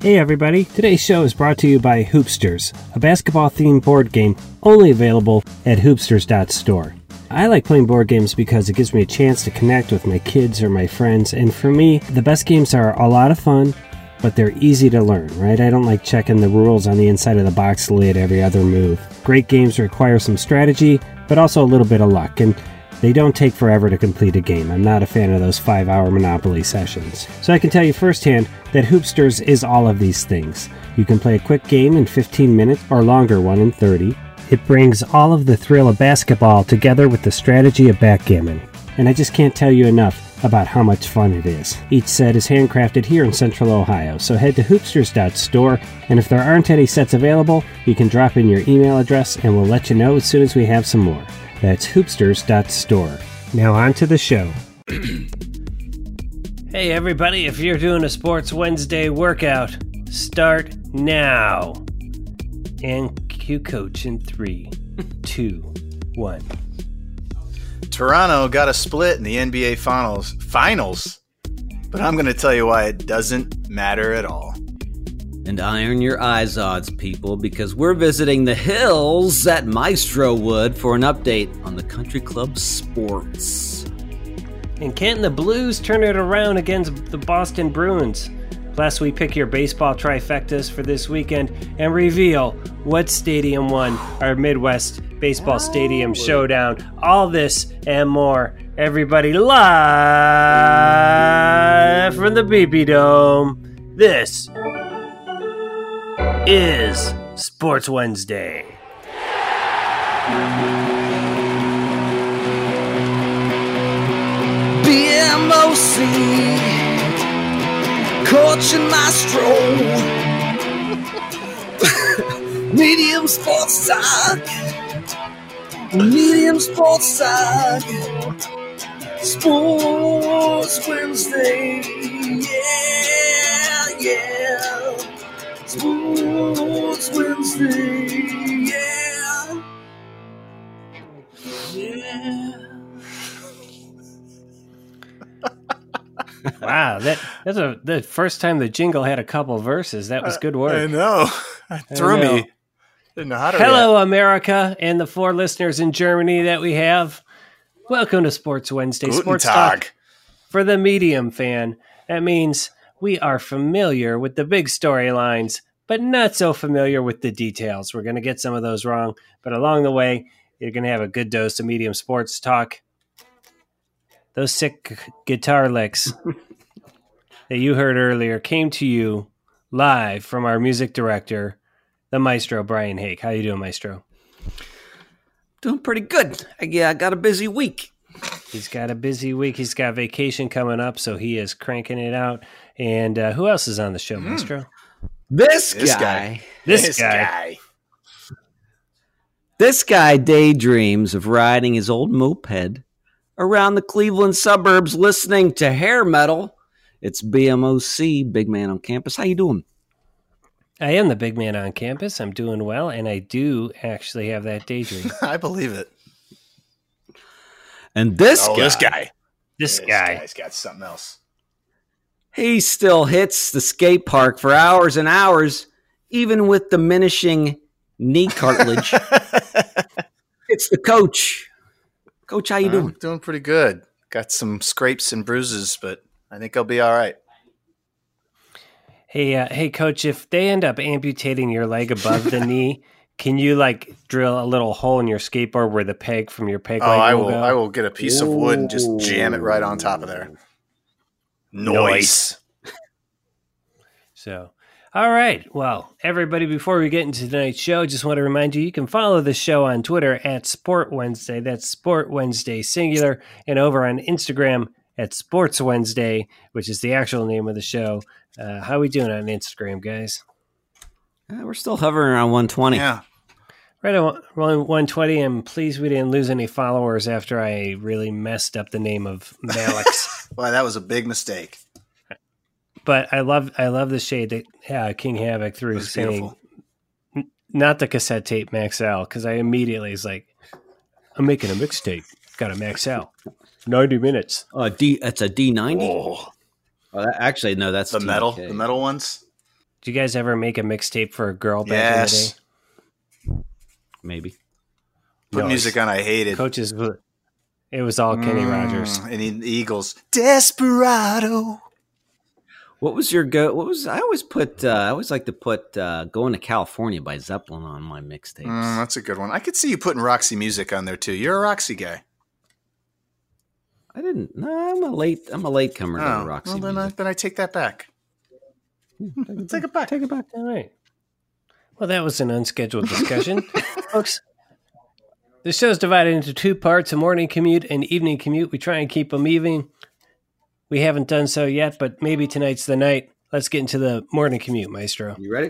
Hey everybody, today's show is brought to you by Hoopsters, a basketball themed board game only available at hoopsters.store. I like playing board games because it gives me a chance to connect with my kids or my friends, and for me, the best games are a lot of fun, but they're easy to learn, right? I don't like checking the rules on the inside of the box lid every other move. Great games require some strategy, but also a little bit of luck, and they don't take forever to complete a game. I'm not a fan of those five hour Monopoly sessions. So I can tell you firsthand that Hoopsters is all of these things. You can play a quick game in 15 minutes or longer one in 30. It brings all of the thrill of basketball together with the strategy of backgammon. And I just can't tell you enough about how much fun it is. Each set is handcrafted here in Central Ohio, so head to hoopsters.store, and if there aren't any sets available, you can drop in your email address and we'll let you know as soon as we have some more. That's hoopsters.store. Now on to the show. hey everybody, if you're doing a Sports Wednesday workout, start now. And cue coach in three, two, one. Toronto got a split in the NBA Finals. Finals, but I'm going to tell you why it doesn't matter at all. And iron your eyes odds, people, because we're visiting the hills at Maestro Wood for an update on the country club sports. And can the Blues turn it around against the Boston Bruins? Plus, we pick your baseball trifectas for this weekend and reveal what stadium won our Midwest Baseball Stadium Showdown. All this and more. Everybody live from the BB Dome. This is Sports Wednesday. BMOC Coaching Maestro Medium Sports Talk Medium Sports Talk Sports Wednesday Yeah, yeah Sports Wednesday Yeah Yeah Wow, that, that's a, the first time the jingle had a couple verses. That was good work. I know. It threw know. me. Didn't know how to Hello, America, and the four listeners in Germany that we have. Welcome to Sports Wednesday, react. Guten Sports Tag. Talk for the medium fan. That means we are familiar with the big storylines, but not so familiar with the details. We're going to get some of those wrong, but along the way, you're going to have a good dose of medium sports talk. Those sick guitar licks that you heard earlier came to you live from our music director, the maestro Brian Hake. How you doing, maestro? Doing pretty good. I, yeah, I got a busy week. He's got a busy week. He's got vacation coming up, so he is cranking it out. And uh, who else is on the show, Maestro? This, This guy, guy. This, guy. this guy daydreams of riding his old moped around the Cleveland suburbs listening to hair metal. It's BMOC, big man on campus. How you doing? I am the big man on campus. I'm doing well, and I do actually have that daydream. I believe it. And this oh, guy, this guy. this This guy. guy's got something else. He still hits the skate park for hours and hours, even with diminishing knee cartilage. it's the coach. Coach, how Uh-huh. you I'm doing? doing pretty good. Got some scrapes and bruises, but I think I'll be all right. Hey, uh, hey, coach. If they end up amputating your leg above the knee, can you like drill a little hole in your skateboard where the peg from your peg Oh, leg I will will. go? I will get a piece of wood and just jam it right on top of there. Noise. So, all right. Well, everybody, before we get into tonight's show, just want to remind you you can follow the show on Twitter at Sport Wednesday. That's Sport Wednesday singular, and over on Instagram at Sports Wednesday, which is the actual name of the show. Uh, how we doing on Instagram, guys? Uh, we're still hovering around 120. Yeah. Right at one- 120. I'm pleased we didn't lose any followers after I really messed up the name of Malik's. Wow, that was a big mistake. but I love I love the shade that uh, King Havoc It threw was saying beautiful. not the cassette tape Max L because I immediately was like, I'm making a mixtape. Got a Max L. 90 minutes. Uh, D, it's a D90. Whoa. Oh, that, actually, no, that's The metal, TDK. the metal ones. Did you guys ever make a mixtape for a girl back in Yes. Maybe. the day? Put music on I hated. Coaches, would- it was all oh, Kenny Rogers. Mm, And the Eagles. Desperado. What was your go? What was I always put? Uh, I always like to put uh, "Going to California" by Zeppelin on my mixtapes. Mm, that's a good one. I could see you putting Roxy music on there too. You're a Roxy guy. I didn't. No, I'm a late. I'm a late comer Oh, to Roxy well, then I, music. then I take that back. Hmm, Take it back. Take it back. All right. Well, that was an unscheduled discussion, folks. The show's divided into two parts: a morning commute and evening commute. We try and keep them even. We haven't done so yet, but maybe tonight's the night. Let's get into the morning commute, Maestro. You ready?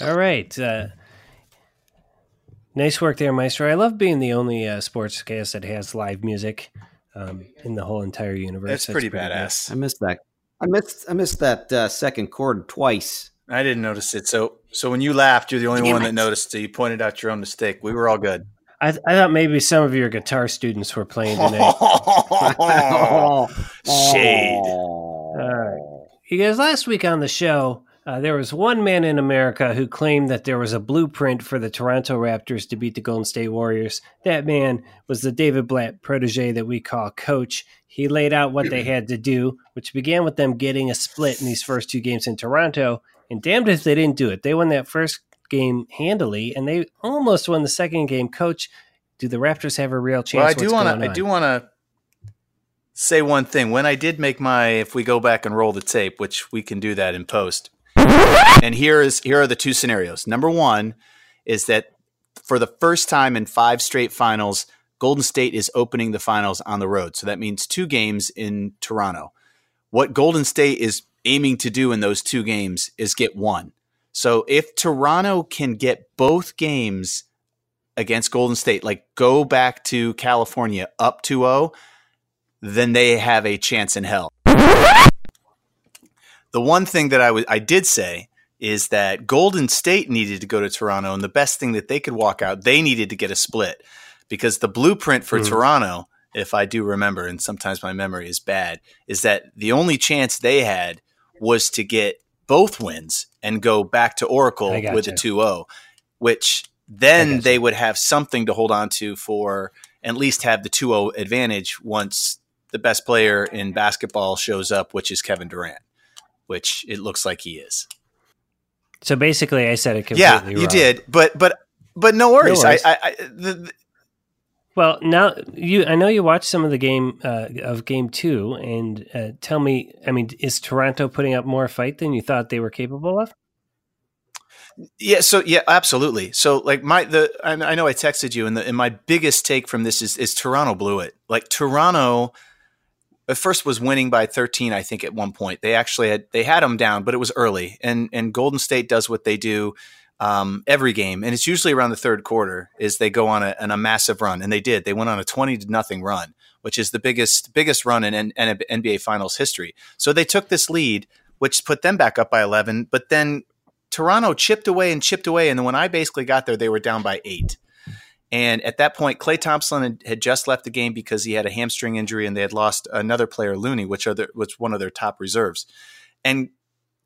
All right. Uh, nice work there, Maestro. I love being the only uh, sportscast that has live music um, in the whole entire universe. That's, pretty, good. I badass. missed that. I missed. I missed that uh, second chord twice. I didn't notice it. So so when you laughed, you're the only Damn one it. that noticed. So you pointed out your own mistake. We were all good. I, I thought maybe some of your guitar students were playing tonight. Oh, Shade. All right. Uh, Because last week on the show, uh, there was one man in America who claimed that there was a blueprint for the Toronto Raptors to beat the Golden State Warriors. That man was the David Blatt protege that we call Coach. He laid out what they had to do, which began with them getting a split in these first two games in Toronto. And damned if they didn't do it. They won that first game handily, and they almost won the second game. Coach, do the Raptors have a real chance? Well, I do What's want going to. I on? do want to say one thing. When I did make my, if we go back and roll the tape, which we can do that in post. And here is here are the two scenarios. Number one is that for the first time in five straight finals, Golden State is opening the finals on the road. So that means two games in Toronto. What Golden State is aiming to do in those two games is get one. So if Toronto can get both games against Golden State, like go back to California up 2 0, then they have a chance in hell. The one thing that I wa- I did say is that Golden State needed to go to Toronto, and the best thing that they could walk out, they needed to get a split because the blueprint for Hmm. Toronto, if I do remember, and sometimes my memory is bad, is that the only chance they had was to get both wins and go back to Oracle I gotcha. with a 2 0, which then gotcha. they would have something to hold on to for at least have the 2 0 advantage once the best player in basketball shows up, which is Kevin Durant, which it looks like he is. So basically, I said it completely Yeah, wrong. you did, but but but no worries. worries. I, I, I the, the- Well, now you, I know you watched some of the game uh, of game two, and uh, tell me, I mean, is Toronto putting up more fight than you thought they were capable of? yeah, so yeah, absolutely. So like my the I, I know I texted you, and the and my biggest take from this is is Toronto blew it. Like Toronto at first was winning by 13 i think at one point they actually had they had them down but it was early and and golden state does what they do um, every game and it's usually around the third quarter is they go on a, on a massive run and they did they went on a 20 to nothing run which is the biggest biggest run in, N N- nba finals history so they took this lead which put them back up by 11 but then toronto chipped away and chipped away and then when i basically got there they were down by eight and at that point, Clay Thompson had, had just left the game because he had a hamstring injury, and they had lost another player, Looney, which are their, which one of their top reserves. And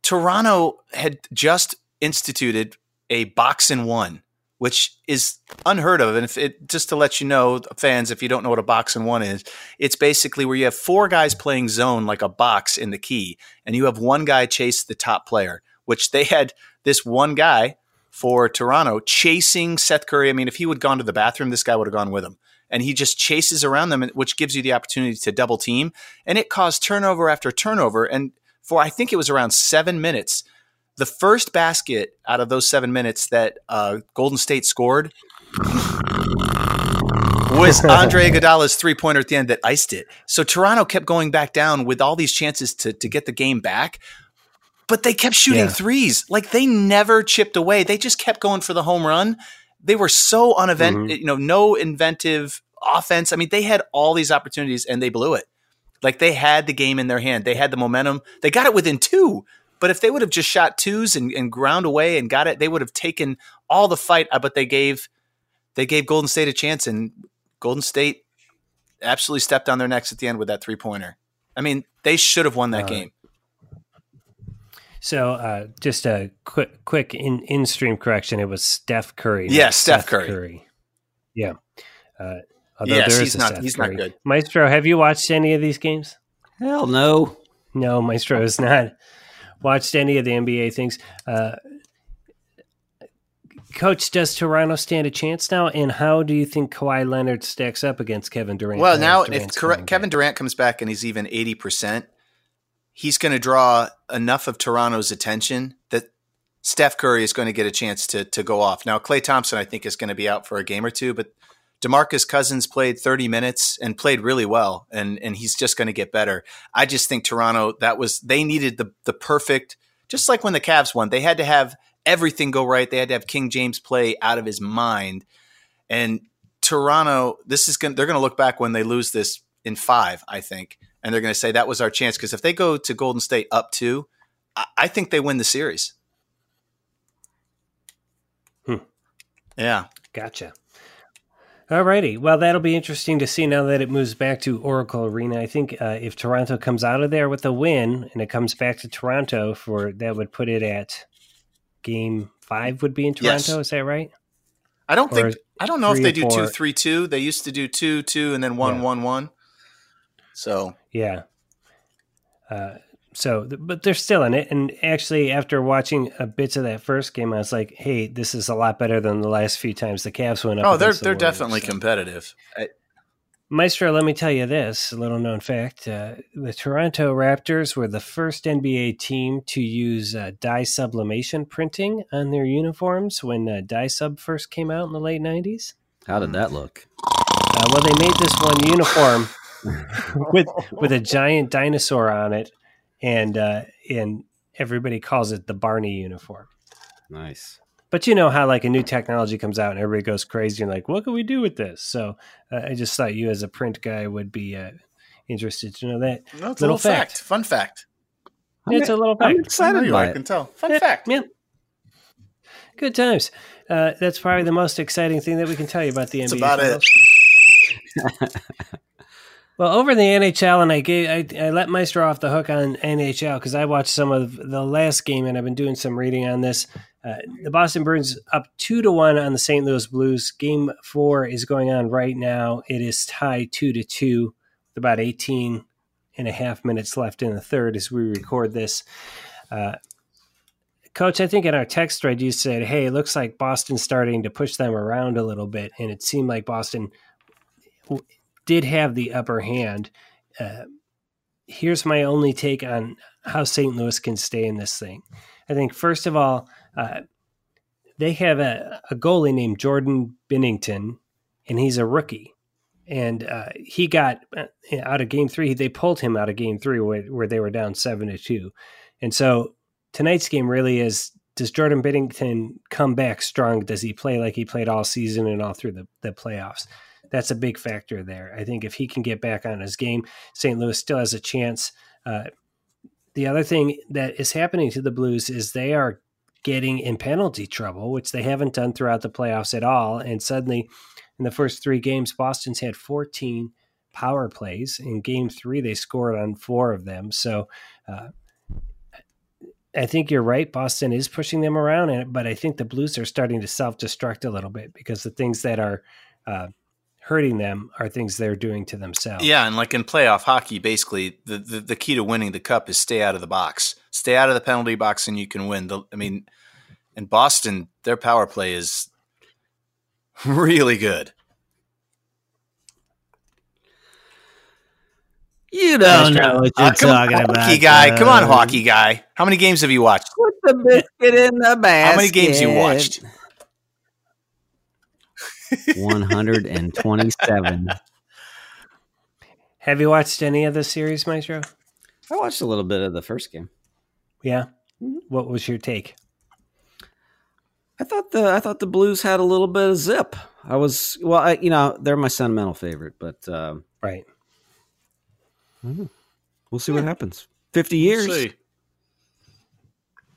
Toronto had just instituted a box and one, which is unheard of. And if it, just to let you know, fans, if you don't know what a box and one is, it's basically where you have four guys playing zone like a box in the key, and you have one guy chase the top player, which they had this one guy for Toronto chasing Seth Curry. I mean, if he would gone to the bathroom, this guy would have gone with him. And he just chases around them, and- which gives you the opportunity to double team. And it caused turnover after turnover. And for I think it was around seven minutes, the first basket out of those seven minutes that uh, Golden State scored was Andre Iguodala's three pointer at the end that iced it. So Toronto kept going back down with all these chances to to get the game back, but they kept shooting Yeah. threes. Like they never chipped away. They just kept going for the home run. They were so unevent, Mhm. you know, no inventive offense. I mean, they had all these opportunities and they blew it. Like they had the game in their hand. They had the momentum. They got it within two. But if they would have just shot twos and, and ground away and got it, they would have taken all the fight. uh, But they gave they gave Golden State a chance, and Golden State absolutely stepped on their necks at the end with that three pointer. I mean, they should have won that Uh, game. So, uh, just a quick, quick in, in stream correction. It was Steph Curry. not Yeah, Steph Curry. Yeah. Uh, although Yes, there is he's a not- Steph he's not Curry. good. Maestro, have you watched any of these games? Hell no. No, Maestro has not watched any of the NBA things. Uh, Coach, does Toronto stand a chance now? And how do you think Kawhi Leonard stacks up against Kevin Durant? Well, Now now if Durant's Cor- coming Kevin Durant comes back and he's even eighty percent, he's going to draw enough of Toronto's attention that Steph Curry is going to get a chance to to go off. Now, Clay Thompson, I think, is going to be out for a game or two, but Demarcus Cousins played thirty minutes and played really well, and and he's just going to get better. I just think Toronto that was they needed the the perfect, just like when the Cavs won, they had to have everything go right. They had to have King James play out of his mind, and Toronto, this is going to they're going to look back when they lose this in 5, I think, and they're going to say that was our chance because if they go to Golden State up 2, I, I think they win the series. Hmm. Yeah. Gotcha. Alrighty. Well, that'll be interesting to see now that it moves back to Oracle Arena. I think uh, if Toronto comes out of there with a win and it comes back to Toronto for that would put it at game five would be in Toronto. Yes. Is that right? I don't Or think I don't know if three they and do four. two three two. They used to do 2 2 and then Yeah. one one one. So, Yeah. Uh, so, th- but they're still in it. And actually, after watching a bit of that first game, I was like, "Hey, this is a lot better than the last few times the Cavs went up." oh, they're against the they're Warriors." definitely So- competitive. I, Maestro, let me tell you this a little known fact. Uh, the Toronto Raptors were the first NBA team to use uh, dye sublimation printing on their uniforms when uh, dye sub first came out in the late 90s. How did that look? Uh, well, they made this one uniform with with a giant dinosaur on it, and uh, and everybody calls it the Barney uniform. Nice. But you know how like a new technology comes out and everybody goes crazy and like, what can we do with this? So uh, I just thought you as a print guy would be uh, interested to know that. no, it's a Little little fact. fact. Fun fact. I'm, e- it's a little I'm fact. I know excited you are, by I it. can tell. Fun Yeah, fact. Yeah. Good times. Uh, that's probably the most exciting thing that we can tell you about the That's NBA. about it. Finals. well, over in the NHL, and I gave I, I let Meister off the hook on NHL because I watched some of the last game, and I've been doing some reading on this. Uh, the Boston Bruins up two to one on the St. Louis Blues. Game four is going on right now. It is tied two to two with about 18 and a half minutes left in the third as we record this. Uh, Coach, I think in our text thread you said, "Hey, it looks like Boston's starting to push them around a little bit," and it seemed like Boston w- did have the upper hand. Uh, here's my only take on how St. Louis can stay in this thing. I think first of all, uh, they have a, a goalie named Jordan Bennington, and he's a rookie. And uh, he got uh, out of game three. They pulled him out of game three where, where they were down seven to two. And so tonight's game really is does Jordan Biddington come back strong? Does he play like he played all season and all through the, the playoffs? That's a big factor there. I think if he can get back on his game, St. Louis still has a chance. Uh, the other thing that is happening to the Blues is they are getting in penalty trouble, which they haven't done throughout the playoffs at all. And suddenly, in the first three games, Boston's had 14 power plays. In game three, they scored on four of them. So, uh, I think you're right. Boston is pushing them around, and but I think the Blues are starting to self destruct a little bit because the things that are uh, hurting them are things they're doing to themselves. Yeah, and like in playoff hockey, basically the, the the key to winning the cup is stay out of the box, stay out of the penalty box, and you can win. The, I mean, in Boston, their power play is really good. You don't Mr. know what Ah, you're come on, talking about. hockey guy, come on, though. hockey guy. How many games have you watched? Put the biscuit in the basket. How many games you watched? 127. Have you watched any of the series, Maestro? I watched a little bit of the first game. Yeah. What was your take? I thought the I thought the Blues had a little bit of zip. I uh, was well, I, you know, they're my sentimental favorite, but um, Right. Mhm. We'll see what Hmm. happens. 50 years. See.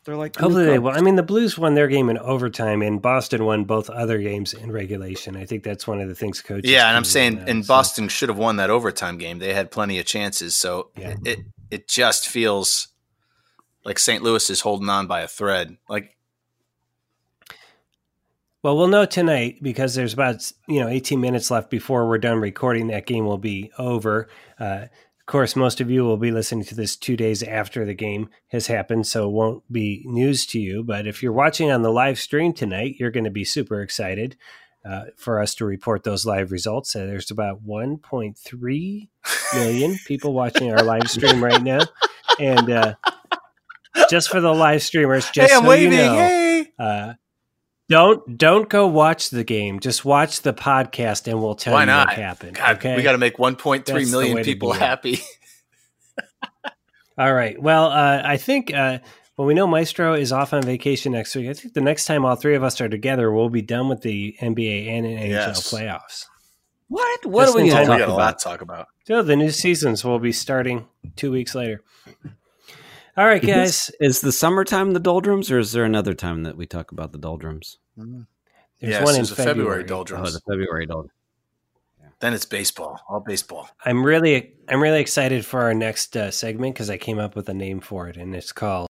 They're like, the new Hopefully they Cubs. will. I mean, the Blues won their game in overtime, and Boston won both other games in regulation. I think that's one of the things coaches. Yeah, and I'm comment saying, on, and so. Boston should have won that overtime game. They had plenty of chances. So Yeah. it it just feels like St. Louis is holding on by a thread. Like Well, we'll know tonight because there's about you know 18 minutes left before we're done recording. That game will be over. Uh, of course, most of you will be listening to this two days after the game has happened, so it won't be news to you. But if you're watching on the live stream tonight, you're going to be super excited uh, for us to report those live results. Uh, there's about 1.3 million people watching our live stream right now, and uh, just for the live streamers, just hey, I'm so waving. you know. Hey. Uh, don't don't go watch the game. Just watch the podcast, and we'll tell Why you not? what happened. God, okay. we got to make 1.3 That's the million way to people do it. happy. All right. Well, uh, I think uh, well, we know Maestro is off on vacation next week. I think the next time all three of us are together, we'll be done with the NBA and NHL Yes. playoffs. What? What Just are we in going time to to talk get a lot about? to talk about. So the new seasons will be starting two weeks later. All right, guys. Is the summertime the doldrums, or is there another time that we talk about the doldrums? There's Yes, one in there's a February February. Oh, doldrums. the February doldrums. Then it's baseball, all baseball. I'm really I'm really excited for our next uh, segment because I came up with a name for it, and it's called.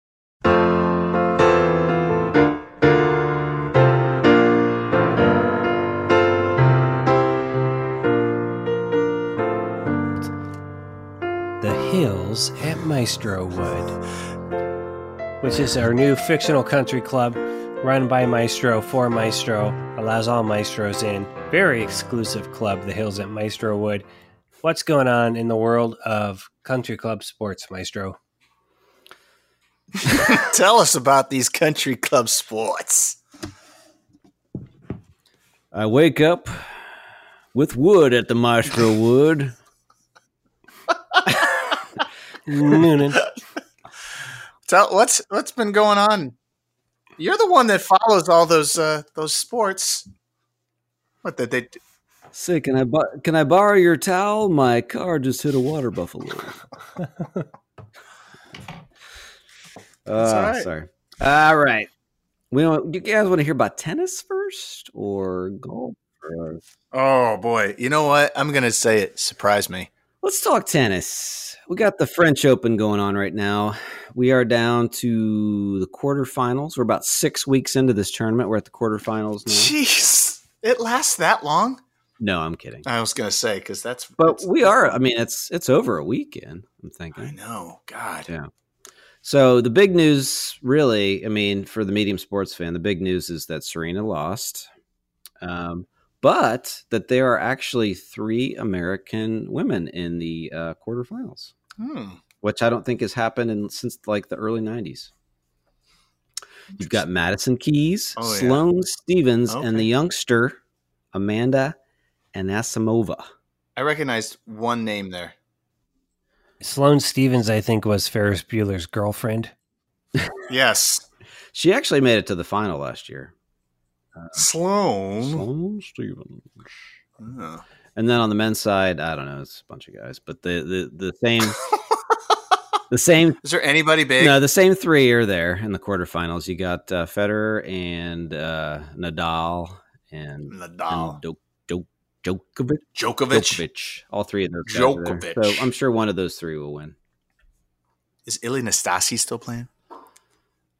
The Hills at Maestro Wood, which is our new fictional country club run by Maestro for Maestro, allows all maestros in. Very exclusive club, The Hills at Maestro Wood. What's going on in the world of country club sports, Maestro? Tell us about these country club sports. I wake up with wood at the maestro wood. Noonan. Tell what's what's been going on. You're the one that follows all those uh, those sports. What that they Say, can I bo- can I borrow your towel? My car just hit a water buffalo. all Ah, right. Sorry. All right. We don't, you guys want to hear about tennis first or golf? Or... Oh boy, you know what? I'm gonna say it. Surprise me. Let's talk tennis. We got the French Open going on right now. We are down to the quarterfinals. We're about six weeks into this tournament. We're at the quarterfinals Hmm. now. Jeez, it lasts that long. No, I'm kidding. I was gonna say because that's. But that's- we are. I mean, it's it's over a weekend. I'm I thinking. know. God. Yeah. So the big news, really, I mean, for the medium sports fan, the big news is that Serena lost, um, but that there are actually three American women in the uh, quarterfinals, Hmm. which I don't think has happened in, since like the early '90s. You've got Madison Keys, Oh, yeah. Sloane Stevens, and the Okay. youngster Amanda Anasimova. I recognized one name there. Sloane Stevens, I think, was Ferris Bueller's girlfriend. Yes, She actually made it to the final last year. Sloan. Sloane Stevens. Oh. And then on the men's side, I don't know, it's a bunch of guys, but the the, the same the same Is there anybody big? no the same three are there in the quarterfinals. You got uh, Federer and uh, Nadal and, Nadal, and Djo- Djo- Djokovic. Djokovic. Djokovic. All three of those. guys are there. Djokovic. So I'm sure one of those three will win. Is Ili Nastasi still playing?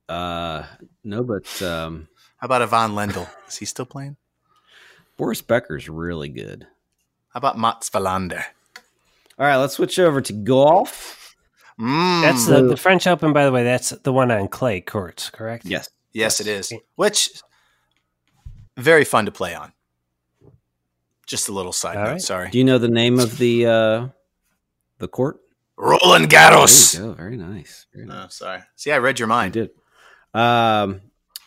Uh, no, but um, How about Ivan Lendl? Is he still playing? Boris Becker's really good. How about Mats Valander? All right, let's switch over to golf. Mm. That's the, the French Open, by the way. That's the one on clay courts, correct? Yes. yes, it is. Which very fun to play on. Just a little side All note. right. Sorry. Do you know the name of the uh, the court? Roland There Garros. you go. Very nice. Very nice. No, sorry. See, I read your I mind. did. Um,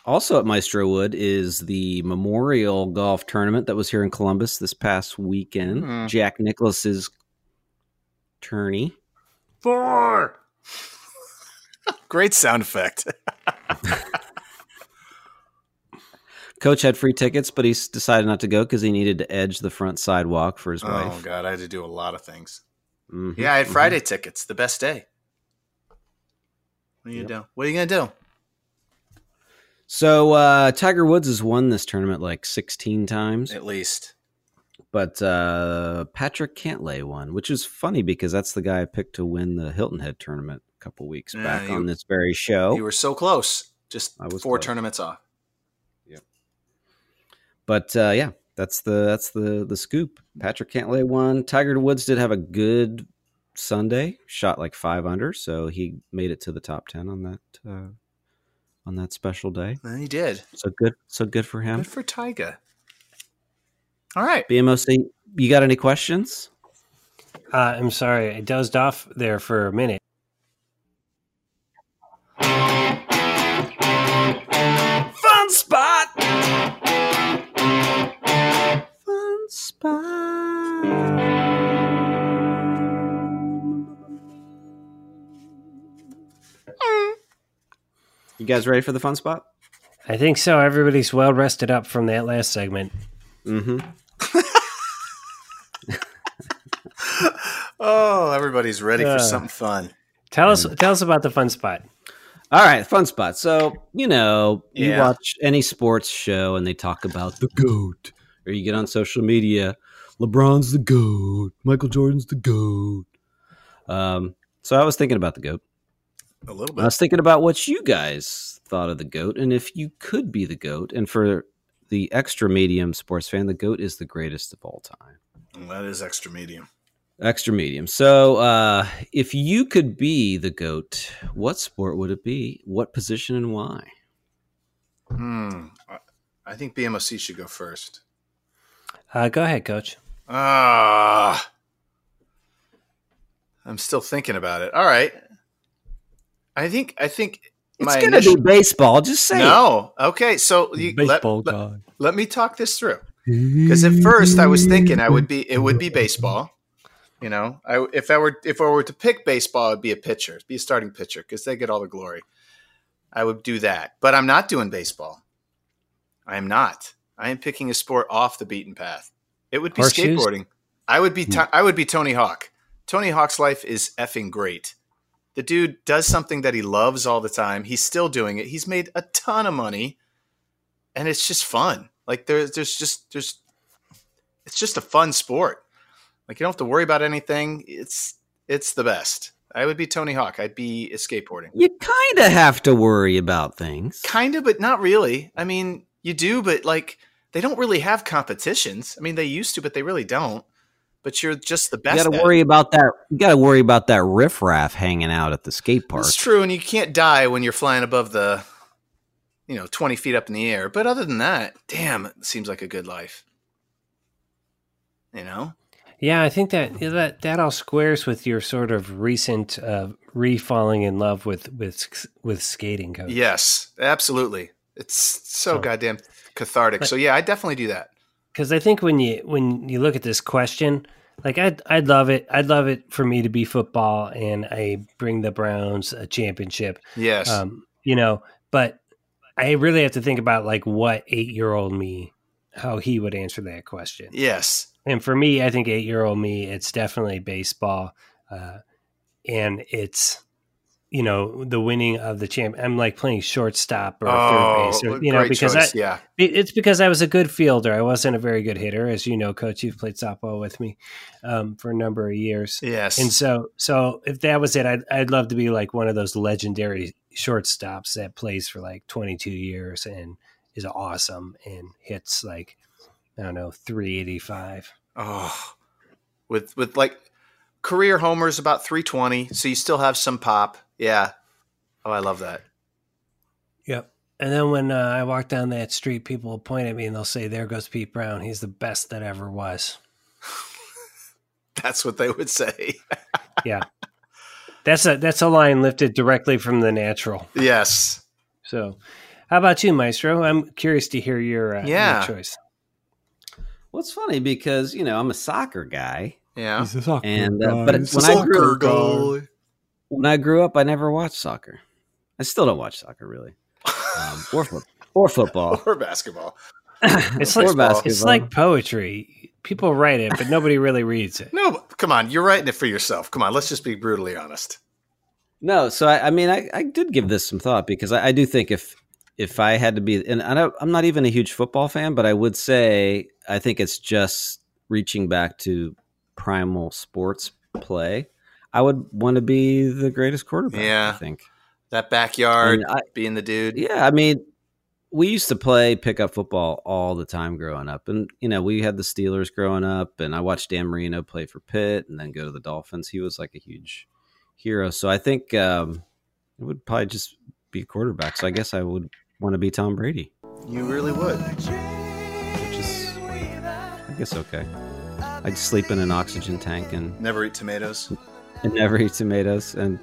also at Maestro Wood is the Memorial Golf Tournament that was here in Columbus this past weekend. Hmm. Jack Nicholas's tourney. Four. Great sound effect. Coach had free tickets, but he s- decided not to go because he needed to edge the front sidewalk for his Oh wife. God, I had to do a lot of things. Mhm, Yeah, I had mhm. Friday tickets. The best day. What are you Yep. gonna do? What are you gonna do? So uh, Tiger Woods has won this tournament like 16 times, At least. but uh, Patrick Cantlay won, which is funny because that's the guy I picked to win the Hilton Head tournament a couple weeks Yeah, back you- on this very show. You were so close. Just Oh. I was four close. tournaments off. But uh, yeah, that's the that's the the scoop. Patrick Cantlay won. Tiger Woods did have a good Sunday, shot like five under, so he made it to the top ten on that uh, on that special day. And he did. So good, so good for him. Good for Tyga. All right. BMOC, you got any questions? Uh, I'm sorry, I dozed off there for a minute. Fun spot. Fun spot. You guys ready for the fun spot? I think so. Everybody's well rested up from that last segment. Mm-hmm. Oh, everybody's ready Yeah. for something fun. Tell us, Mm. tell us about the fun spot. All right, fun spot. So, you know, you Yeah. watch any sports show and they talk about the GOAT, or you get on social media, LeBron's the GOAT, Michael Jordan's the GOAT. Um, so I was thinking about the GOAT. A little I was thinking about what you guys thought of the GOAT and if you could be the GOAT. And for the extra medium sports fan, the GOAT is the greatest of all time. That is extra medium. Extra medium. So, uh, if you could be the goat, what sport would it be? What position and why? Hmm. I- I think BMOC should go first. Uh, go ahead, Coach. Ah. I'm still thinking about it. All right. I think I think It's my gonna initial- be baseball. Just say it. No. Okay. So you, let, Baseball let- god. let me talk this through. Because at first I was thinking I would be it would be baseball. You know, I, if I were if I were to pick baseball, it'd be a pitcher, it'd be a starting pitcher because they get all the glory. I would do that, but I'm not doing baseball. I am not. I am picking a sport off the beaten path. It would be Horseshoes? skateboarding. I would be to- I would be Tony Hawk. Tony Hawk's life is effing great. The dude does something that he loves all the time. He's still doing it. He's made a ton of money, and it's just fun. Like there's there's just there's it's just a fun sport. Like you don't have to worry about anything. It's it's the best. I would be Tony Hawk. I'd be skateboarding. You kind of have to worry about things. Kind of, but not really. I mean, you do, but like they don't really have competitions. I mean, they used to, but they really don't. But you're just the You best. got to at it. worry about that. You got to worry about that riffraff hanging out at the skate park. It's true, and you can't die when you're flying above the, you know, twenty feet up in the air. But other than that, damn, it seems like a good life. You know, Yeah, I think that that that all squares with your sort of recent uh, re-falling in love with with with skating, Coach. Yes, absolutely. It's so, So- goddamn cathartic. so yeah, I definitely do that. because I think when you when you look at this question, like I'd I'd love it. I'd love it for me to be football and I bring the Browns a championship. Yes. Um, you know, but I really have to think about like what eight year old me how he would answer that question. yes. And for me, I think eight year old me, it's definitely baseball, uh, and it's. You know the winning of the champ. I'm like playing shortstop or Oh, third base, or, great you know, because I, choice. yeah. it- It's because I was a good fielder. I wasn't a very good hitter, as you know, Coach. You've played softball with me um, for a number of years, Yes. and so so if that was it, I'd I'd love to be like one of those legendary shortstops that plays for like 22 years and is awesome and hits like I don't know 385. oh, with with like career homers about three twenty, so you still have some pop. Yeah. Oh, I love that. Yep. And then when uh, I walk down that street, people will point at me and they'll say, "There goes Pete Brown. He's the best that ever was." That's what they would say. That's a that's a line lifted directly from the natural. yes. So, how about you, Maestro? I'm curious to hear your, uh, your Yeah. choice. Well, it's funny because you know I'm a soccer guy, Yeah. and uh, but when I grew up, goalie. when I grew up, I never watched soccer. I still don't watch soccer really, um, or foot- or football. or basketball. It's like, Or basketball. it's like poetry. People write it, but nobody really reads it. No, come on, you're writing it for yourself. Come on, let's just be brutally honest. No, so I, I mean, I, I did give this some thought because I, I do think if if I had to be, and I don't, I'm not even a huge football fan, but I would say I think it's just reaching back to primal sports play. I would want to be the greatest quarterback. Yeah. I think. That backyard, And I- being the dude. yeah, I mean, we used to play pickup football all the time growing up, and you know, we had the Steelers growing up, and I watched Dan Marino play for Pitt, and then go to the Dolphins. He was like a huge hero, so I think um, it would probably just be quarterback. So I guess I would want to be Tom Brady, You really would. which is I guess okay. I'd sleep in an oxygen tank and, Never eat tomatoes. and never eat tomatoes and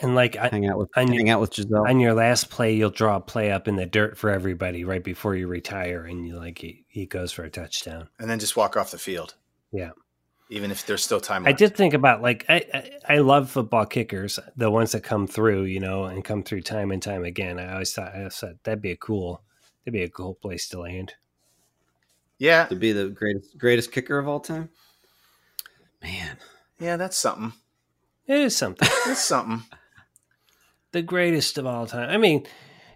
And like I, hang out with I knew- hang out with Giselle. on your last play, you'll draw a play up in the dirt for everybody right before you retire, and you like he, he goes for a touchdown. And then just walk off the field. Yeah. Even if there's still time I left. did think about like I, I I love football kickers, the ones that come through, you know, and come through time and time again. I always thought I always thought that'd be a cool that'd be a cool place to land. Yeah. to be the greatest greatest kicker of all time. Man. Yeah, that's something. It is something. That's something. the greatest of all time. I mean,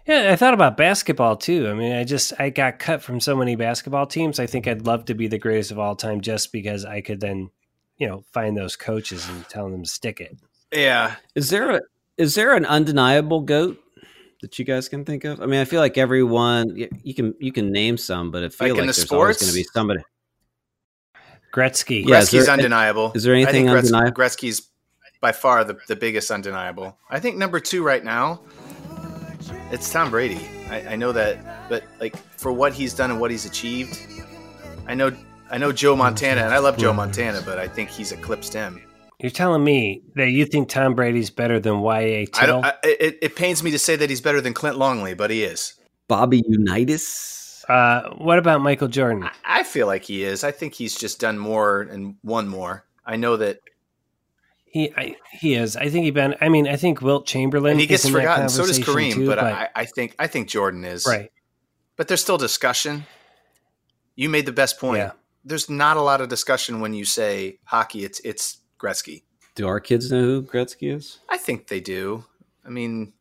yeah, I thought about basketball too. I mean, I just I got cut from so many basketball teams. I think I'd love to be the greatest of all time just because I could then, you know, find those coaches and tell them to stick it. Yeah. Is there a is there an undeniable goat that you guys can think of? I mean, I feel like everyone y- you can you can name some, but I feel Like like, in the there's always sports? going to be somebody. Gretzky. Yeah, is Gretzky's there- undeniable. is there I anything think Gretz- undeniable? Gretzky's by far the, the biggest undeniable. I think number two right now, it's Tom Brady. I, I know that, but like for what he's done and what he's achieved, I know I know Joe Montana, and I love Joe Montana, but I think he's eclipsed him. You're telling me that you think Tom Brady's better than YA I Tittle? don't. I, it, it pains me to say that he's better than Clint Longley, but he is. Bobby Unitas. uh, what about Michael Jordan? I, I feel like he is. I think he's just done more and won more. I know that He I, he is. I think he been. I mean, I think Wilt Chamberlain. and he gets is in that forgotten. So does conversation Kareem, too, but, I, I think I think Jordan is right. But there's still discussion. You made the best point. Yeah. There's not a lot of discussion when you say hockey. It's it's Gretzky. Do our kids know who Gretzky is? I think they do. I mean,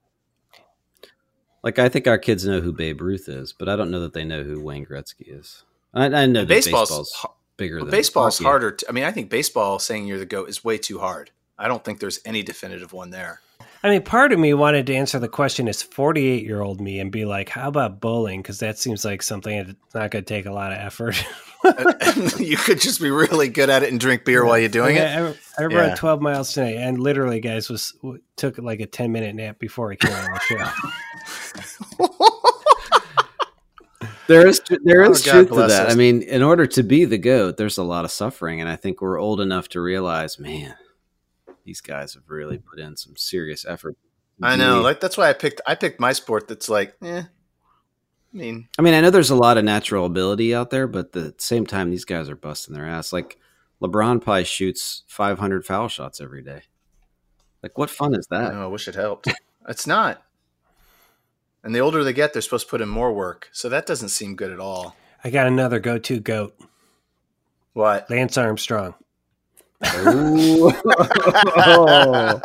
Like, I think our kids know who Babe Ruth is, but I don't know that they know who Wayne Gretzky is. I, I know that baseball's baseball's, ho- bigger well, than baseball's hockey. harder. To, I mean, I think baseball saying you're the goat is way too hard. I don't think there's any definitive one there. I mean, part of me wanted to answer the question as 48 year old me and be like, how about bowling? Because that seems like something that's not going to take a lot of effort. you could just be really good at it and drink beer while you're doing it. I, I rode Yeah. 12 miles today and literally, guys, was w- took like a 10 minute nap before I came on the show. There is tr- there Oh, is God truth to bless that. us. I mean, in order to be the goat, there's a lot of suffering, and I think we're old enough to realize, man, these guys have really put in some serious effort. I know. Really- Like that's why I picked. I picked my sport. That's like, eh. I mean, I mean, I know there's a lot of natural ability out there, but at the same time, these guys are busting their ass. Like LeBron probably shoots 500 foul shots every day. Like, what fun is I, Uh. that? don't know, I wish it helped. It's not. And the older they get, they're supposed to put in more work. So that doesn't seem good at all. I got another go to goat, What? Lance Armstrong. Ooh. Oh.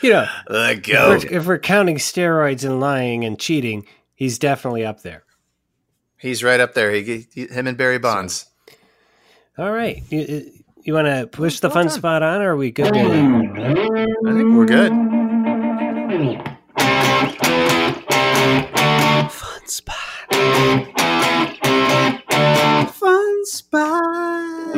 You know, The if, we're, if we're counting steroids and lying and cheating, he's definitely up there. He's right up there. He, he him and Barry Bonds. All right. You- You, you want to push the fun spot on, or are we good? with it? I think we're good. Fun spot. Fun spot.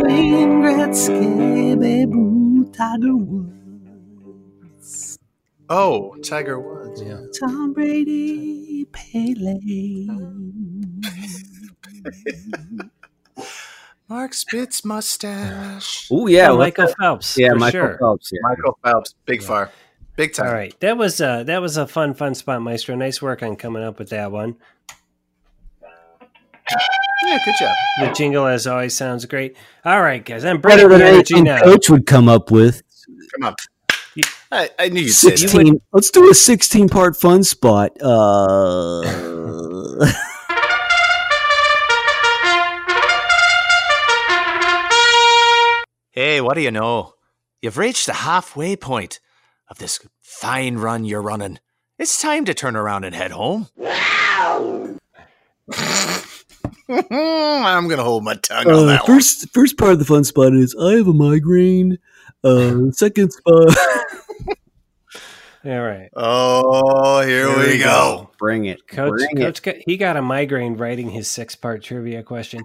Wayne Gretzky, Babe Ruth, Tiger Woods, Oh, Tiger Woods. Yeah. Tom Brady, Pele. Mark Spitz mustache. Oh yeah, Oh, what Michael the- Phelps. yeah, for Michael sure. Phelps. Yeah. Michael Phelps, big far, big time. All right, that was uh that was a fun fun spot, Maestro. Nice work on coming up with that one. Yeah, good job. The jingle, as always, sounds great. All right, guys, I'm bringing the energy now. would come up with. Come on. You- I, I knew you'd say that. Sixteen. Let's do a sixteen-part fun spot. Uh, Hey, what do you know? You've reached the halfway point of this fine run you're running. It's time to turn around and head home. I'm going to hold my tongue Oh, on Uh, that one. first, first part of the fun spot is I have a migraine. Uh, second spot, All right. Oh, here, we, go. Bring it. Coach, Bring it. Coach got, he got a migraine writing his six part trivia question.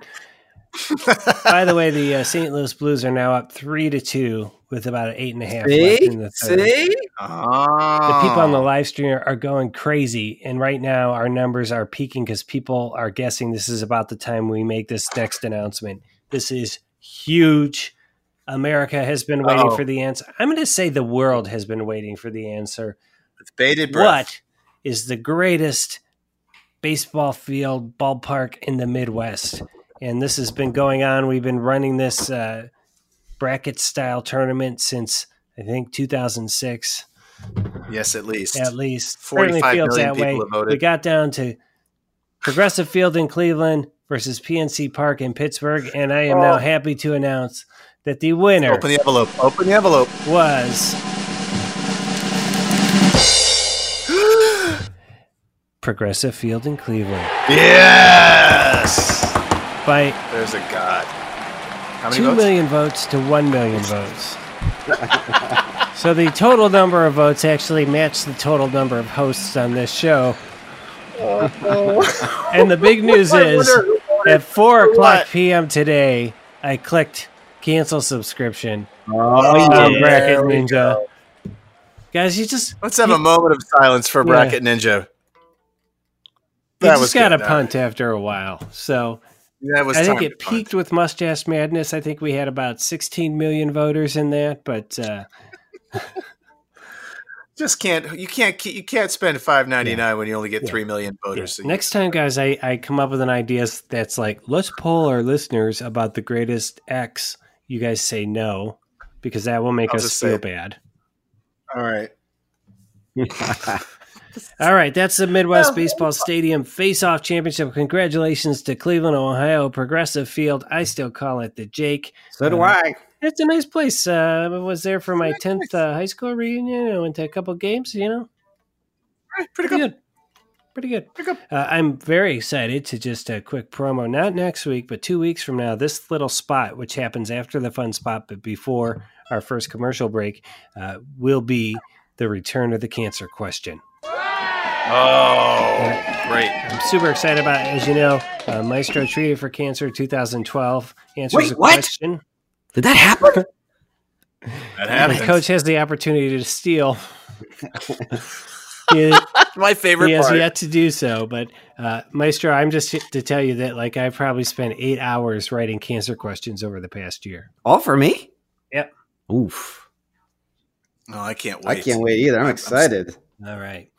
By the way, the uh, St. Louis Blues are now up three to two with about an eight and a half left in See? the third. See? The people on the Ah. live stream are, are going crazy, and right now our numbers are peaking because people are guessing this is about the time we make this next announcement. This is huge. America has been waiting Oh. for the answer. I'm going to say the world has been waiting for the answer. With bated breath. What is the greatest baseball field ballpark in the Midwest? And this has been going on. We've been running this uh, bracket style tournament since I think 2006 Yes, at least. at least. 45 Certainly feels million that people way. have voted. We got down to Progressive Field in Cleveland versus PNC Park in Pittsburgh, and I am now happy to announce that the winner Oh. Open the envelope. Open the envelope. was Progressive Field in Cleveland Yes. by There's a god. How many two votes? million votes to 1 million votes. so the total number of votes actually matched the total number of hosts on this show. and the big news is at 4 o'clock What? p.m. today, I clicked cancel subscription. Oh, on yeah. Bracket Ninja. Guys, you just Let's have a moment of silence for Yeah. Bracket Ninja. you That just was got to good, that. punt after a while. So That was I think time it to punt. peaked with Mustache Madness. I think we had about 16 million voters in that, but uh, Just can't you can't keep- you can't spend five ninety nine when you only get three million voters. So you- next time, guys, I, I come up with an idea that's like, let's poll our listeners about the greatest X. You guys say no because that will make I'll us just feel say- bad. All right. All right, that's the Midwest Baseball Stadium Face-Off Championship. Congratulations to Cleveland, Ohio, Progressive Field. I still call it the Jake. So do Uh-huh. I. It's a nice place. Uh, I was there for my 10th uh, high school reunion. I went to a couple games, you know. Pretty pretty good. good. Pretty good. Uh, I'm very excited to just a quick promo, not next week, but two weeks from now, this little spot, which happens after the fun spot, but before our first commercial break, uh, will be the return of the cancer question. Uh, Oh, great! I'm super excited about it. As you know, uh, Maestro Treated for Cancer 2012 answers Wait, a what? question. Did that happen? That And the happened. coach has the opportunity to steal. He- My favorite he has part. yet to do so but uh, maestro i'm just to tell you that like i probably spent eight hours writing cancer questions over the past year All for me? Yep. Oof. No, I can't I wait. can't wait either. I'm excited. all right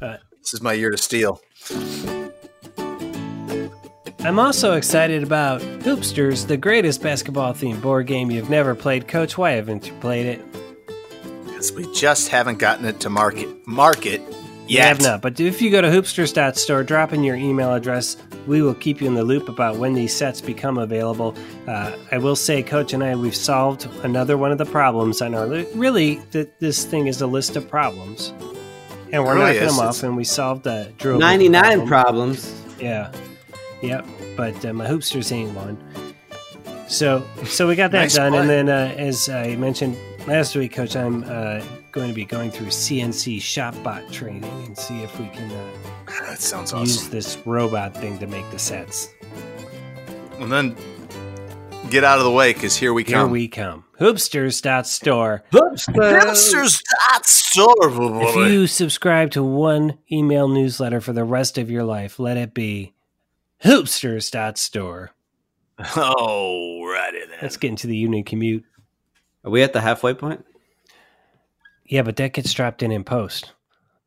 This is my year to steal. i'm also excited about hoopsters the greatest basketball themed board game you've never played coach why haven't you played it Because we just haven't gotten it to market market You yet. have not but if you go to hoopsters.store drop in your email address we will keep you in the loop about when these sets become available uh, i will say coach and i we've solved another one of the problems on our li- really th- this thing is a list of problems and we're It really knocking is. them off and we solved the drill 99 problems. yeah yep but uh, my hoopsters ain't one so so we got that Nice done and play. then uh, as i mentioned last week coach i'm uh, going to be going through cnc shopbot training and see if we can uh, That sounds use awesome. this robot thing to make the sets. And then get out of the way because here we Here come. we come. Hoopsters.store. Monsters at store, boy. If you subscribe to one email newsletter for the rest of your life, let it be hoopsters.store. Alrighty then. Let's get into the union commute. Are we at the halfway point? Yeah, but that gets dropped in in post.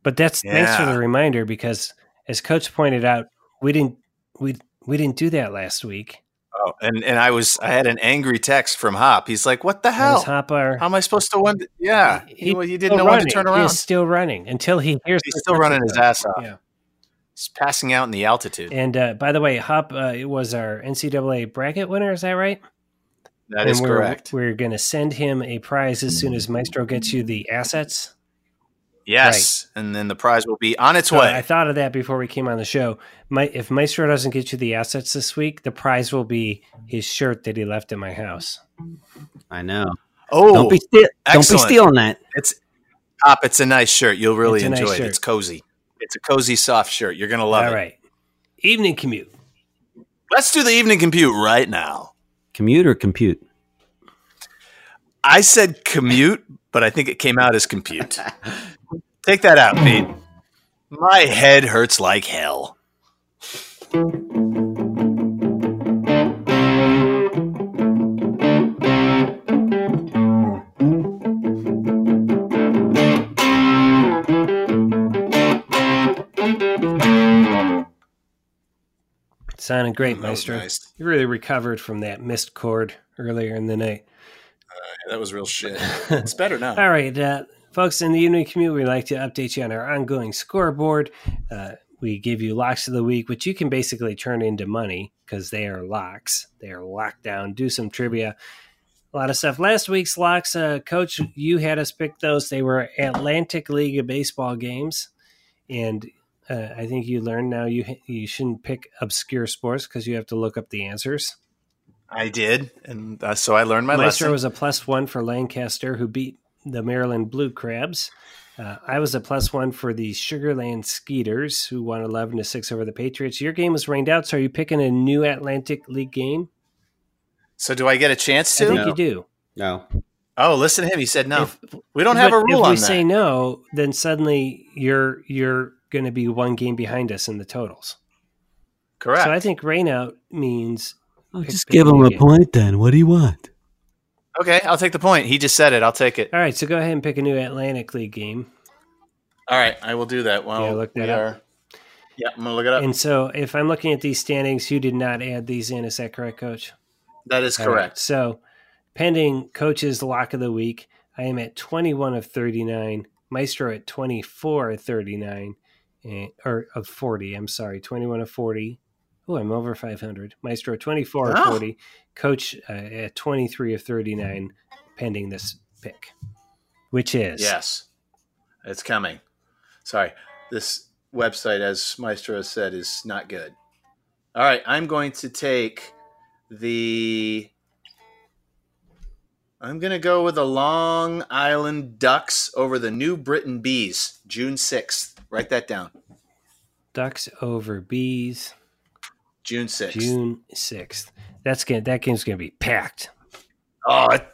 But that's thanks for Yeah. the reminder because as coach pointed out, we didn't we we didn't do that last week. Oh, and and I was I had an angry text from Hop. He's like, "What the That was hell? Hopper How am I supposed to win?" th- Yeah, He- he, well, he still didn't know when to running. turn He around. is still running until he hears He's the still running his question. ass off. Yeah. He's passing out in the altitude. And uh, by the way, Hop uh, was our NCAA bracket winner. Is that right? That is we're, correct. We're going to send him a prize as soon as Maestro gets you the assets. Yes, and then the prize will be on its So Uh, I way. thought of that before we came on the show. My, if Maestro doesn't get you the assets this week, the prize will be his shirt that he left at my house. I know. Oh, don't be steal- don't be excellent. stealing that. Pop, it's a nice shirt. You'll really It's a nice enjoy it. shirt. It's cozy. It's a cozy, soft shirt. You're gonna love All it. right. Evening commute. Let's do the evening compute right now. Commute or compute? I said commute, but I think it came out as compute. Take that out, Pete. My head hurts like hell. Sounding great, Mm, That was Maestro. nice. You really recovered from that missed chord earlier in the night. That was real shit. It's better now. All right, uh, folks in the evening commute, we'd like to update you on our ongoing scoreboard. Uh, we give you locks of the week, which you can basically turn into money because they are locks. They are locked down. Do some trivia. A lot of stuff. Last week's locks, uh, Coach, you had us pick those. They were Atlantic League of Baseball games. And uh, I think you learned now you, you shouldn't pick obscure sports because you have to look up the answers. I did, and uh, so I learned my Maestro lesson. was a plus one for Lancaster, who beat the Maryland Blue Crabs. Uh, I was a plus one for the Sugarland Skeeters, who won eleven to six over the Patriots. Your game was rained out, so are you picking a new Atlantic League game? so do I get a chance I to? think No. you do. No. Oh, listen to him. He said no. If- we don't have but a rule If on we that. say no, then suddenly you're you're going to be one game behind us in the totals. Correct. So I think rainout means Oh, Pick just the give him a weekend. point then. What do you want? okay, I'll take the point. He just said it. I'll take it. all right. So go ahead and pick a new Atlantic League game. All right, I will do that. Well, Yeah, look that we up. are. Yeah, I'm gonna look it up. And so if I'm looking at these standings, you did not add these in. Is that correct, Coach? that is All right, correct. So, pending coach's lock of the week, I am at 21 of 39, Maestro at 24 of 39, and, or of 40, I'm sorry, 21 of 40. Oh, I'm over 500. Maestro 24 of Oh. 40, Coach uh, at 23 of 39, pending this pick, which is Yes, it's coming. Sorry, this website, as Maestro has said, is not good. All right, I'm going to take the. I'm going to go with the Long Island Ducks over the New Britain Bees, June 6th. Write that down. Ducks over Bees, June 6th. June 6th. That's gonna, That game's going to be packed. Oh, it,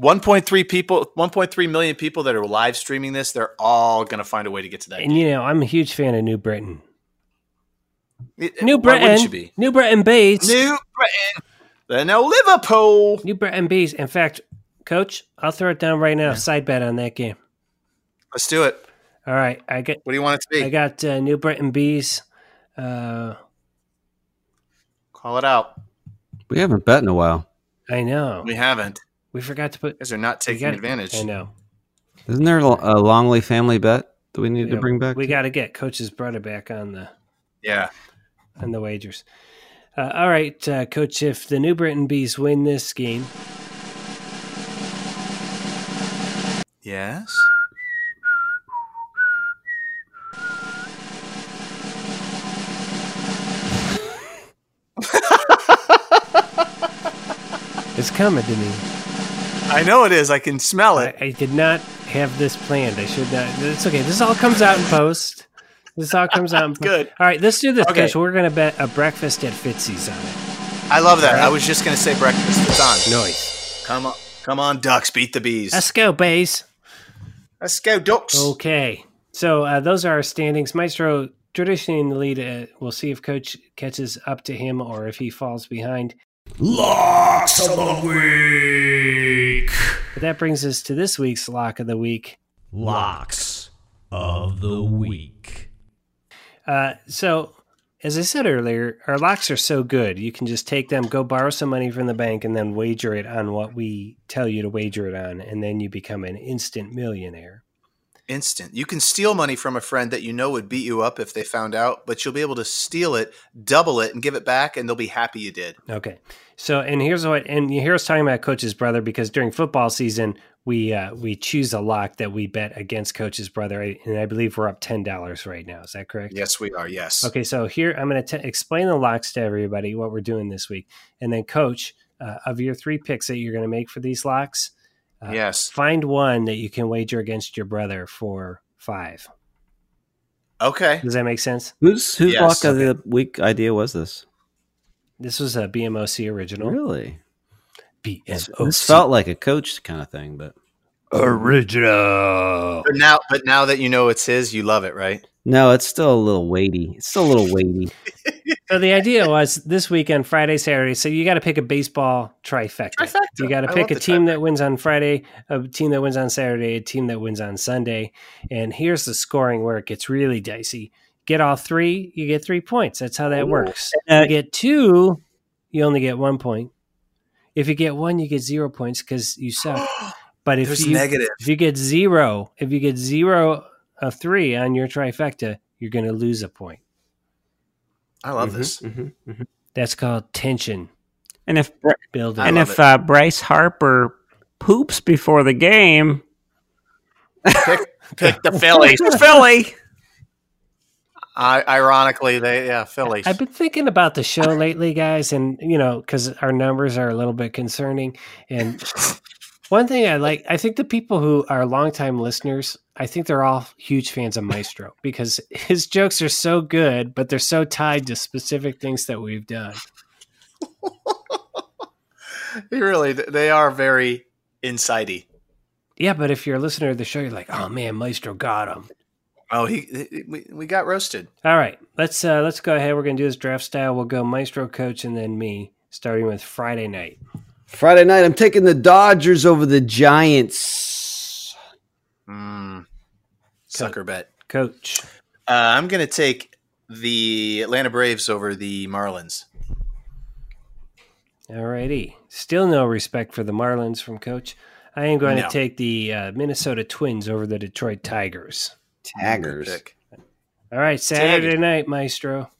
1.3 people, 1.3 million people that are live streaming this, they're all going to find a way to get to that. And, you know, I'm a huge fan of New Britain. It- New why wouldn't Britain. you be? New Britain Bees. New Britain. They're now Liverpool. New Britain Bees. In fact, coach, I'll throw it down right now. Side bet on that game. Let's do it. All right, I got What do you want it to I be? got uh, New Britain Bees. Uh, Call it out. We haven't bet in a while. I know We haven't. we forgot to put. Because they're not we taking gotta- advantage. I know. Isn't there a a Longley family bet that we need to bring back? We got to get coach's brother back on the Yeah. on the wagers. Uh, all right, uh, coach. If the New Britain Bees win this game, Yes. it's coming to me. I know it is. I can smell I, it. I did not have this planned. I should not. It's okay. This all comes out in post. This all comes out. In post. Good. All right, let's do this, Okay. Coach. We're gonna bet a breakfast at Fitzy's on it. I love that. I was just going to say breakfast. It's on. Nice. Come on. Come on, ducks. Beat the bees. Let's go, Bays. Let's go, ducks. Okay. So uh, those are our standings. Maestro traditionally in the lead. Uh, we'll see if Coach catches up to him or if he falls behind. Locks of the week. But that brings us to this week's lock of the week. Locks of the Week. Uh, so, as I said earlier, our locks are so good. You can just take them, go borrow some money from the bank, and then wager it on what we tell you to wager it on. And then you become an instant millionaire. instant. You can steal money from a friend that you know would beat you up if they found out, but you'll be able to steal it, double it, and give it back, and they'll be happy you did. Okay. So, and here's what, and you hear us talking about Coach's brother because during football season, we uh, we choose a lock that we bet against Coach's brother, I- and I believe we're up ten dollars right now. Is that correct? Yes, we are. Yes. Okay. So here I'm going to explain the locks to everybody what we're doing this week, and then Coach, uh, of your three picks that you're going to make for these locks, Uh, yes. find one that you can wager against your brother for five. Okay. Does that make sense? Who's whose Yes, lock of the week idea was this? This was a BMOC original. Really? This BMOC. felt like a coach kind of thing, but Original. But now, but now that you know it's his, you love it, right? no, it's still a little weighty. It's still a little weighty. So the idea was this weekend, Friday, Saturday. So you got to pick a baseball trifecta. Trifecta. You got to I pick love a the team that wins on Friday, a team that wins on Saturday, a team that wins on Sunday. And here's the scoring where it gets really dicey. Get all three, you get three points. That's how that works. Uh, you get two, you only get one point. If you get one, you get zero points because you suck. But if There's you negative. if you get zero, if you get zero of three on your trifecta, you're going to lose a point. I Mm-hmm, love this. That's called tension And if building. and love if it. uh, Bryce Harper poops before the game, Pick the Phillies. it's Philly. I, ironically, they yeah, Phillies. I've been thinking about the show lately, guys, and you know, because our numbers are a little bit concerning. And one thing I like, I think the people who are longtime listeners, I think they're all huge fans of Maestro because his jokes are so good, but they're so tied to specific things that we've done. They really, they are very insighty. Yeah, but if you're a listener of the show, you're like, oh man, Maestro got him. Oh, he, he- we, we got roasted. All right, let's uh, let's go ahead. We're gonna do this draft style. We'll go Maestro, coach, and then me, starting with Friday night. Friday night, I'm taking the Dodgers over the Giants. Mm. Sucker bet. Coach, Uh, I'm going to take the Atlanta Braves over the Marlins. Alrighty. Still no respect for the Marlins from Coach. I am going No. to take the uh, Minnesota Twins over the Detroit Tigers. Good Taggers. pick. All right, Saturday Tigers. night, Maestro.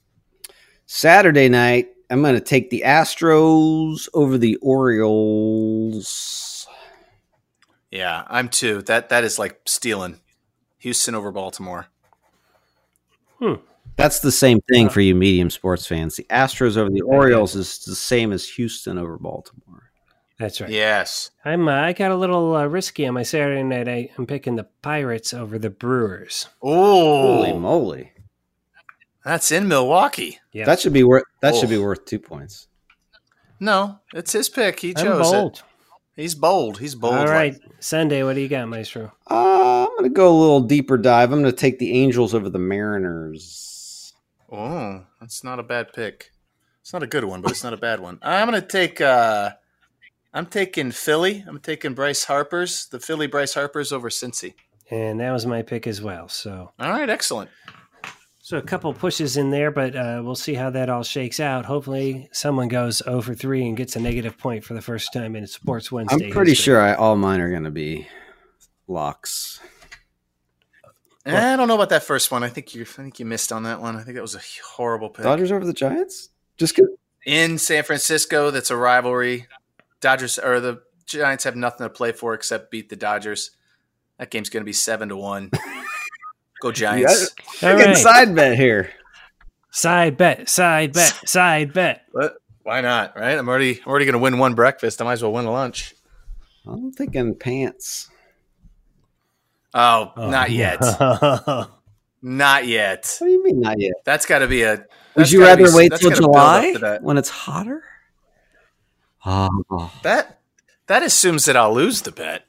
Saturday night, I'm going to take the Astros over the Orioles. Yeah, I'm too. That that is like stealing. Houston over Baltimore. That's the same thing for you medium sports fans. The Astros over the Orioles is the same as Houston over Baltimore. That's right. Yes. I'm. Uh, I got a little uh, risky on my Saturday night. I, I'm picking the Pirates over the Brewers. Holy Oh, moly. that's in Milwaukee. Yeah, That should be worth that should be Oh. worth 2 points. No, it's his pick. He I'm chose bold. it. He's bold. He's bold. All like- right, Sunday. What do you got, Maestro? Uh, I'm going to go a little deeper dive. I'm going to take the Angels over the Mariners. Oh, that's not a bad pick. It's not a good one, but it's not a bad one. I'm gonna take. uh I'm taking Philly. I'm taking Bryce Harper's, the Philly Bryce Harper's over Cincy. And that was my pick as well. So, All right, excellent. so a couple pushes in there, but uh, we'll see how that all shakes out. Hopefully, someone goes 0 for three and gets a negative point for the first time in Sports I'm Wednesday. pretty history. sure I, all mine are going to be locks. Eh, I don't know about that first one. I think you. I think you missed on that one. I think that was a horrible pick. Dodgers over the Giants? Just cause, in San Francisco. That's a rivalry. Dodgers or the Giants have nothing to play for except beat the Dodgers. That game's going to be seven to one. Go Giants! All Freaking right. side bet here. Side bet, side bet, side bet. What? Why not? Right? I'm already I'm already going to win one breakfast. I might as well win a lunch. I'm thinking pants. Oh, not yet. not yet. What do you mean not yet? That's got to be a. Would that's you gotta be- rather wait that's till gotta build up July to That. when it's hotter? Oh, that that assumes that I'll lose the bet.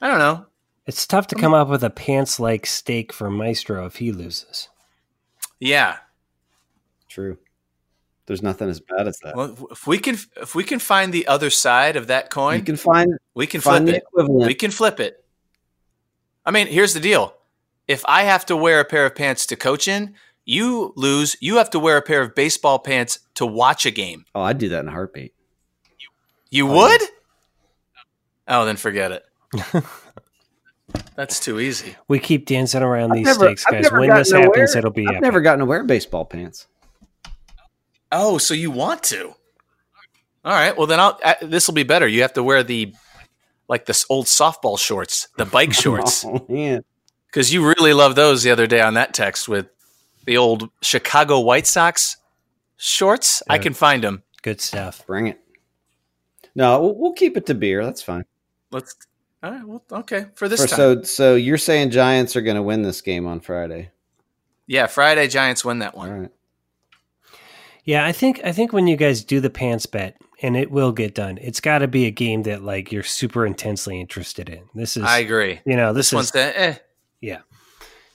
I don't know. It's tough to come up with a pants like steak for Maestro if he loses. Yeah. true. There's nothing as bad as that. Well, if we can if we can find the other side of that coin, you can find, we can flip find the it. equivalent. We can flip it. I mean, here's the deal. If I have to wear a pair of pants to coach in, you lose. You have to wear a pair of baseball pants to watch a game. oh, I'd do that in a heartbeat. Oh, You would? Oh, then forget it. That's too easy. We keep dancing around these never- stakes, I've guys. never When this gotten happens, aware- it'll be I've epic. never gotten to wear baseball pants. Oh, so you want to? All right. Well, then I'll. Uh, this will be better. You have to wear the like this old softball shorts, the bike shorts, Oh man, because you really love those the other day on that text with the old Chicago White Sox shorts. I Yeah. can find them. Good stuff. bring it. No, we'll, we'll keep it to beer. That's fine. Let's. All right. Well, okay. For this Or time, so, so you're saying Giants are going to win this game on Friday? yeah. Friday Giants win that All one. right. Yeah, I think I think when you guys do the pants bet, and it will get done. It's got to be a game that like you're super intensely interested in. This is, I agree. you know, this, This is one's the, eh.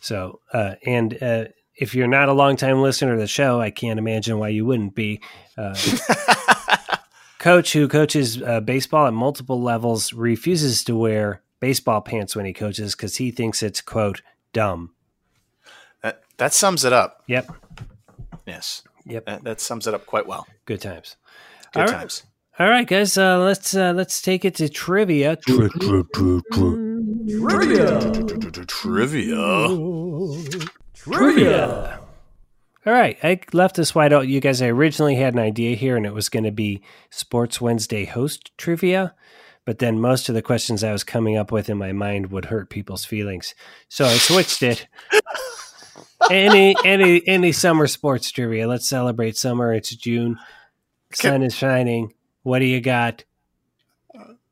So, uh, and uh, if you're not a longtime listener to the show, I can't imagine why you wouldn't be. Uh, coach who coaches uh, baseball at multiple levels refuses to wear baseball pants when he coaches because he thinks it's quote dumb. That, that sums it up. Yep, Yes. Yep. That, that sums it up quite well. good times. Good All right. times. All right, guys, uh, let's uh, let's take it to trivia. Trivia. All right, I left this wide out. You guys, I originally had an idea here, and it was going to be Sports Wednesday host trivia, but then most of the questions I was coming up with in my mind would hurt people's feelings, so I switched it. any any any summer sports trivia. Let's celebrate summer. It's June, sun is shining. What do you got?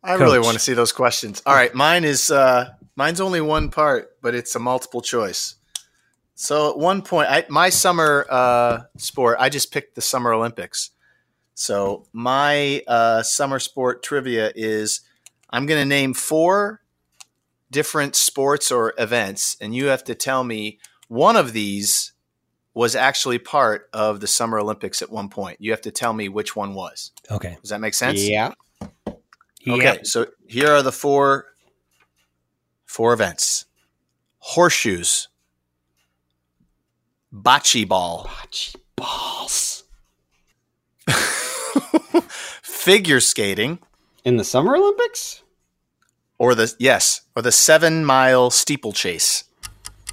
I really Coach. want to see those questions. All right, mine is uh, mine's only one part, but it's a multiple choice. So at one point, I, my summer uh, sport, I just picked the Summer Olympics. So my uh, summer sport trivia is I'm going to name four different sports or events, and you have to tell me one of these was actually part of the Summer Olympics at one point. You have to tell me which one was. Okay, Does that make sense? Yeah. Okay, Yep. so here are the four four events: horseshoes, bocce ball, Balls. figure skating, In the Summer Olympics? or the yes, or the seven mile steeplechase.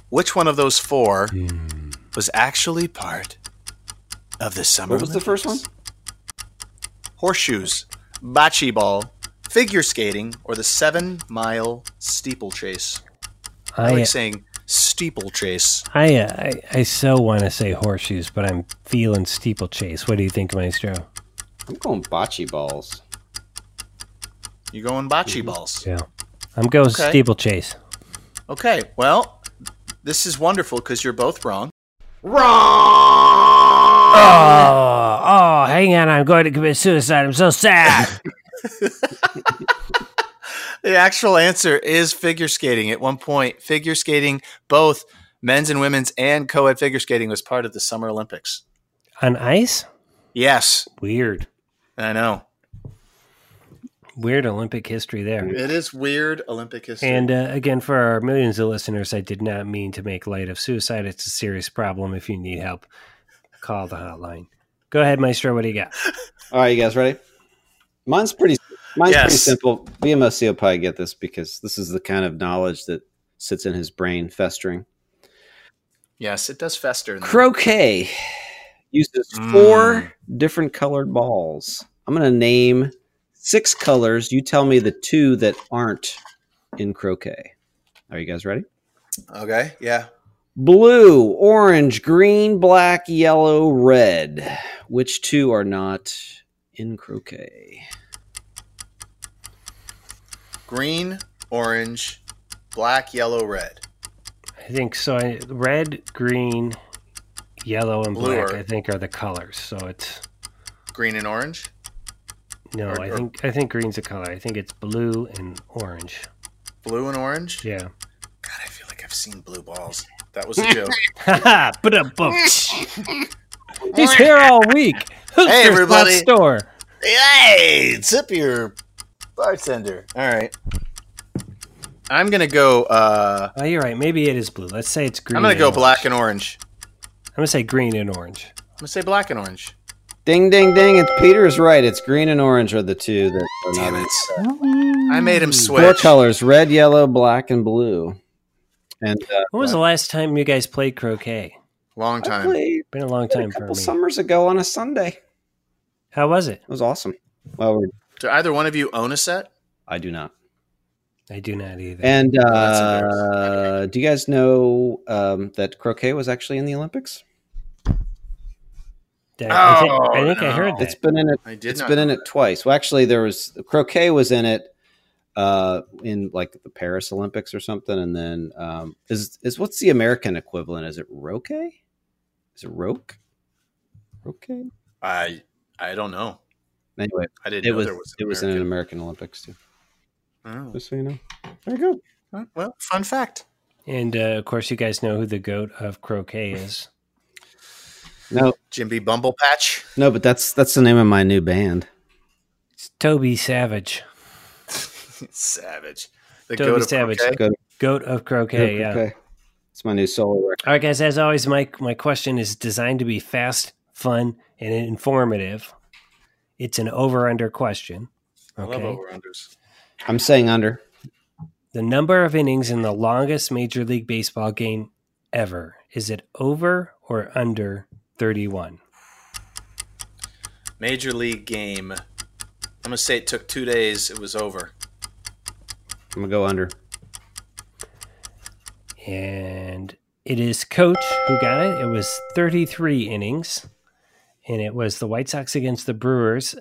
Which one of those four Hmm. was actually part of the summer? What was the Olympics? first one? Horseshoes, bocce ball, figure skating, or the seven mile steeplechase. I I like saying steeplechase. I, uh, I I so want to say horseshoes, but I'm feeling steeplechase. What do you think, Maestro? I'm going bocce balls. You're going bocce Mm-hmm. balls. Yeah, I'm going Okay. steeplechase. Okay, well, this is wonderful because you're both wrong. Oh, oh, hang on. I'm going to commit suicide. I'm so sad. The actual answer is figure skating. At one point, figure skating, both men's and women's and co ed figure skating, was part of the Summer Olympics. On ice? Yes, Weird. I know. Weird Olympic history there. It is weird Olympic history. And uh, again, for our millions of listeners, I did not mean to make light of suicide. It's a serious problem. If you need help, call the hotline. Go ahead, Maestro. What do you got? All right, you guys ready? Mine's pretty. Mine's pretty Yes. simple. BMOC will probably get this because this is the kind of knowledge that sits in his brain, festering. yes, it does fester. in there. Croquet uses Mm. four different colored balls. I'm going to name six colors. You tell me the two that aren't in croquet. Are you guys ready? okay, yeah. Blue, orange, green, black, yellow, red. Which two are not in croquet? Green, orange, black, yellow, red. I think so. I- Red, green, yellow, and Blue black. are- I think are the colors. So it's Green and orange? no. Or- I or- think I think green's a color. I think it's blue and orange. Blue and orange? Yeah. God, I feel like I've seen blue balls. That was a joke. Haha, but a He's here all week. Hoopsters Pop everybody. Store. Hey, tip your bartender. All right. I'm gonna go. Uh, Oh, you're right. Maybe it is blue. Let's say it's green. I'm gonna and go orange. black and orange. I'm gonna say green and orange. I'm gonna say black and orange. Ding, ding, ding. It's Peter's right. It's green and orange are the two that are not Damn in it! I made him Four switch. colors red, yellow, black, and blue. And uh, When was the last time you guys played croquet? Long I time. played Been a long it a time for couple me. summers ago on a Sunday. It How was it? was awesome. Well, we're, Do either one of you own a set? I do not. I do not either. And that's uh, do you guys know um, that croquet was actually in the Olympics? I think, I, Oh, think I no. heard It's that. been in it. I did It's not been know in it twice. Well, actually, there was croquet was in it uh, in like the Paris Olympics or something, and then um, is is what's the American equivalent? Is it roque? Is it roque? Roque. I I don't know. Anyway, I didn't it know was, there was. it was in an American Olympics too. American. Just so you know, there you Oh, well, fun fact. And uh, of course, you guys know who the goat of croquet is. go. No, Jimby Bumblepatch. no, but that's that's the name of my new band. It's Toby Savage, Savage. The Toby goat of Savage. croquet. Go to goat of croquet. Yeah. croquet. It's my new solo record. All right, guys. As always, my my question is designed to be fast, fun, and informative. It's an over under question. I love Okay. over-unders. I'm saying under. The number of innings in the longest Major League Baseball game ever is it over or under thirty one? Major League game. I'm gonna say it took two days. It was over. I'm gonna go under. and it is coach who got it it was 33 innings and it was the white sox against the brewers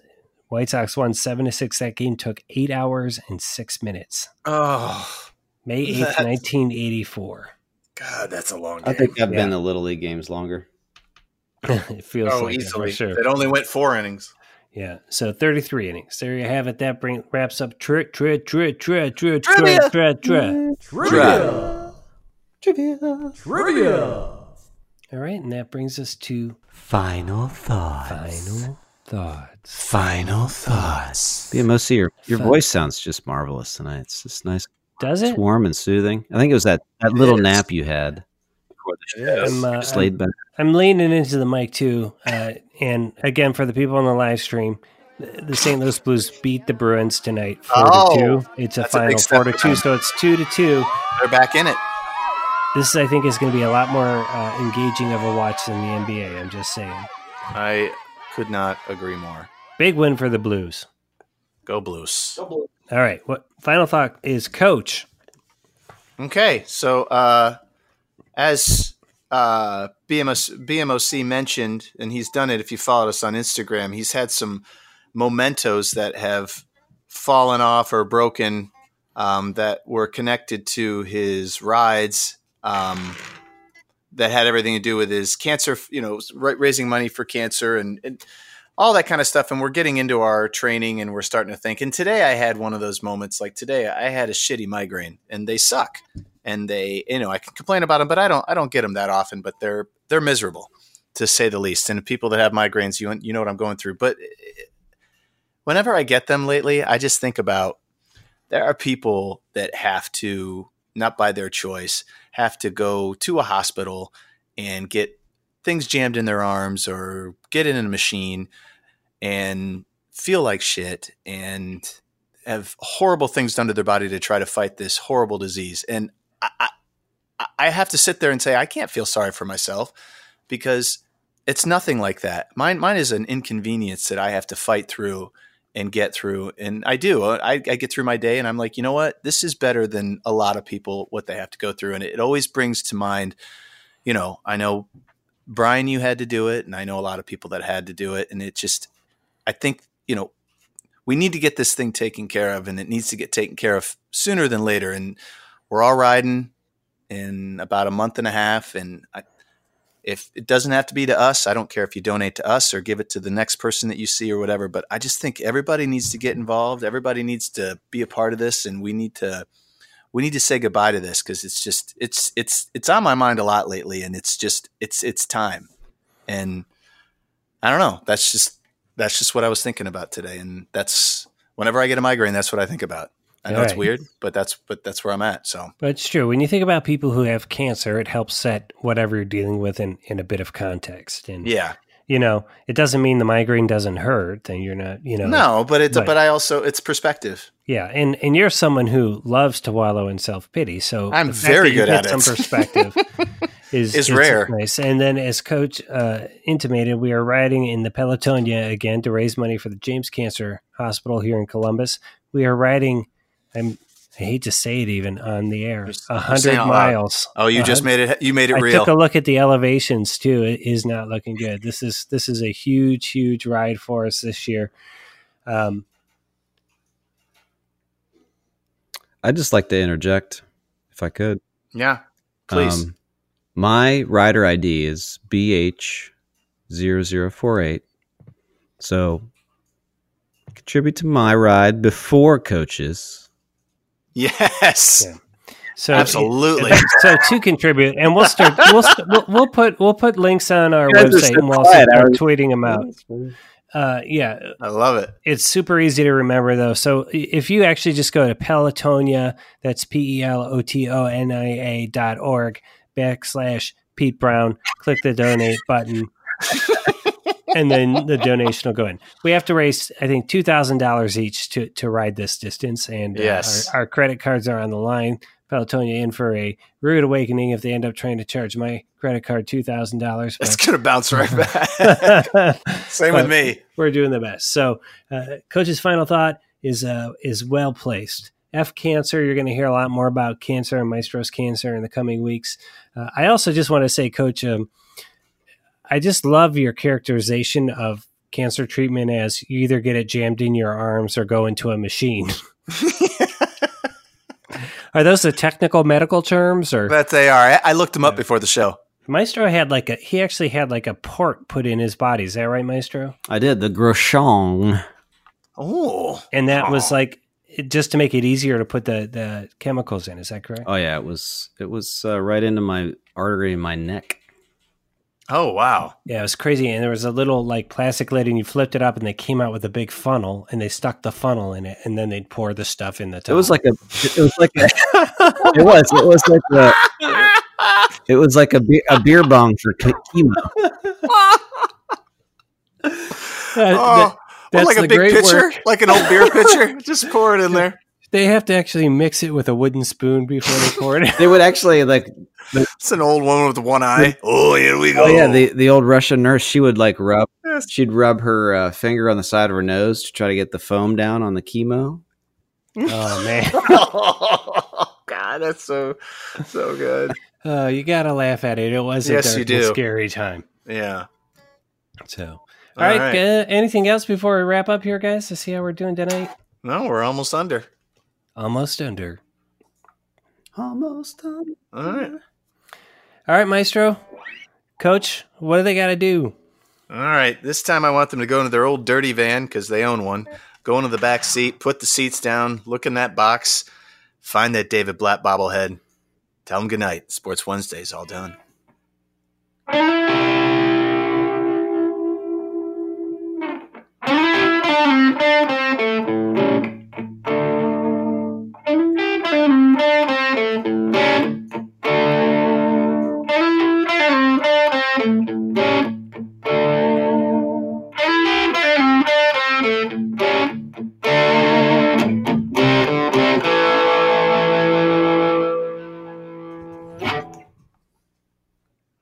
white sox won 7 to 6 that game took 8 hours and 6 minutes Oh may 8th That's- 1984 God, that's a long I game. think I've Yeah. been to little league games longer. it feels oh, like it easily. for sure It only went four innings. yeah so 33 innings there you have it that bring, wraps up tri tri tri tri tri tri tri tri Trivia. Trivia. Trivia. all right and that brings us to Final thoughts. final thoughts Final thoughts. Yeah, most of your your Fun. voice sounds just marvelous tonight. It's just nice. does It's it warm and soothing. I think it was that that little is. nap you had. Before the show. Yes. I'm, uh, Just I'm- laid back. I'm leaning into the mic too. Uh, and again, for the people on the live stream, the the St. Louis Blues beat the Bruins tonight four Oh, to two. It's a that's a big final step four to for two, them. so it's two to two. They're back in it. This I think is going to be a lot more uh, engaging of a watch than the NBA. I'm just saying, I could not agree more. big win for the Blues. Go Blues. All right, what final thought is, Coach? Okay, so uh, as uh, BMS, BMOC mentioned, and he's done it. If you followed us on Instagram, he's had some mementos that have fallen off or broken um, that were connected to his rides um, that had everything to do with his cancer. You know, ra- raising money for cancer and. and all that kind of stuff and we're getting into our training and we're starting to think and today i had one of those moments like today i had a shitty migraine and they suck and they you know i can complain about them but i don't i don't get them that often but they're they're miserable to say the least and people that have migraines you you know what i'm going through but eh, whenever i get them lately i just think about there are people that have to not by their choice have to go to a hospital and get things jammed in their arms or get in a machine and feel like shit and have horrible things done to their body to try to fight this horrible disease. And I, I, I have to sit there and say, I can't feel sorry for myself because it's nothing like that. Mine, mine is an inconvenience that I have to fight through and get through. And I do. I, I get through my day and I'm like, you know what? This is better than a lot of people, what they have to go through. And it always brings to mind, you know, I know Brian, you had to do it, and I know a lot of people that had to do it, and it just, I think you know, we need to get this thing taken care of, and it needs to get taken care of sooner than later. And we're all riding in about a month and a half, and I, if it doesn't have to be to us, I don't care if you donate to us or give it to the next person that you see or whatever. But I just think everybody needs to get involved. Everybody needs to be a part of this, and we need to. We need to say goodbye to this because it's just it's it's it's on my mind a lot lately, and it's just it's it's time and I don't know. That's just that's just what I was thinking about today, and that's whenever I get a migraine, that's what I think about. I know it's Alright. weird, but that's but that's where I'm at. So But it's true. When you think about people who have cancer, it helps set whatever you're dealing with in, in a bit of context. And yeah, you know, it doesn't mean the migraine doesn't hurt and you're not, you know. No, but it's Right. but I also it's perspective. Yeah, and and you're someone who loves to wallow in self pity, so I'm the fact very that you good get some at it. perspective is Is rare. Nice. And then, as Coach uh, intimated, we are riding in the Pelotonia again to raise money for the James Cancer Hospital here in Columbus. We are riding. I'm. I hate to say it, even on the air, s- a you're hundred saying out loud. miles. Oh, you just Uh, made it. You made it I real. took a look at the elevations too. It is not looking good. This is this is a huge, huge ride for us this year. Um, I'd just like to interject, if I could. yeah, please. Um, my rider ID is BH0048. So contribute to my ride before coaches. yes, Yeah. so absolutely. so to contribute, and we'll start. We'll, st- we'll we'll put we'll put links on our guys are so website, and we'll quiet, start Aaron. tweeting them out. Uh, yeah, I love it. it's super easy to remember though. So i- if you actually just go to Pelotonia, that's P E L O T O N I A dot org backslash Pete Brown, click the donate button. and then the donation will go in. We have to raise, I think, two thousand dollars each to to ride this distance, and uh, Yes. our, our credit cards are on the line. Pelotonia in for a rude awakening if they end up trying to charge my credit card two thousand dollars. It's gonna bounce right back. Same with me. we're doing the best. So, uh, coach's final thought is uh, is well placed. F cancer, you're going to hear a lot more about cancer and maestro's cancer in the coming weeks. Uh, I also just want to say, coach, um, I just love your characterization of cancer treatment as you either get it jammed in your arms or go into a machine. Are those the technical medical terms, or But they are. I, I looked them up before the show. Maestro had like a he actually had like a port put in his body? Is that right, Maestro? I did the Groshong. Oh, and that was like it- just to make it easier to put the the chemicals in. Is that Uh, correct? Oh yeah, it was it was uh, right into my artery in my neck. oh wow. Yeah, it was crazy. And there was a little like plastic lid, and you flipped it up, and they came out with a big funnel, and they stuck the funnel in it, and then they'd pour the stuff in the top. It was like a it was like a it was it was like a it was like a be- a beer bong for ke- chemo. Uh, That- Oh, that- well, that's like a the big great pitcher, work. like an old beer pitcher. Just pour it in there. They have to actually mix it with a wooden spoon before they pour it. in. They would actually like It's an old woman with one eye. Oh, here we go. oh yeah the the old Russian nurse she would like rub Yes. she'd rub her uh, finger on the side of her nose to try to get the foam down on the chemo. Oh man, oh, God, that's so so good. oh, you gotta laugh at it. It was a Yes, dark you and do. scary time. Yeah. So, all right. right. Uh, anything else before we wrap up here, guys? To see how we're doing tonight. No, we're almost under. Almost under. Almost done. All right. All right, Maestro. Coach, what do they got to do? All right. This time I want them to go into their old dirty van because they own one. Go into the back seat, put the seats down, look in that box, find that David Blatt bobblehead. Tell him goodnight. Sports Wednesday's all done.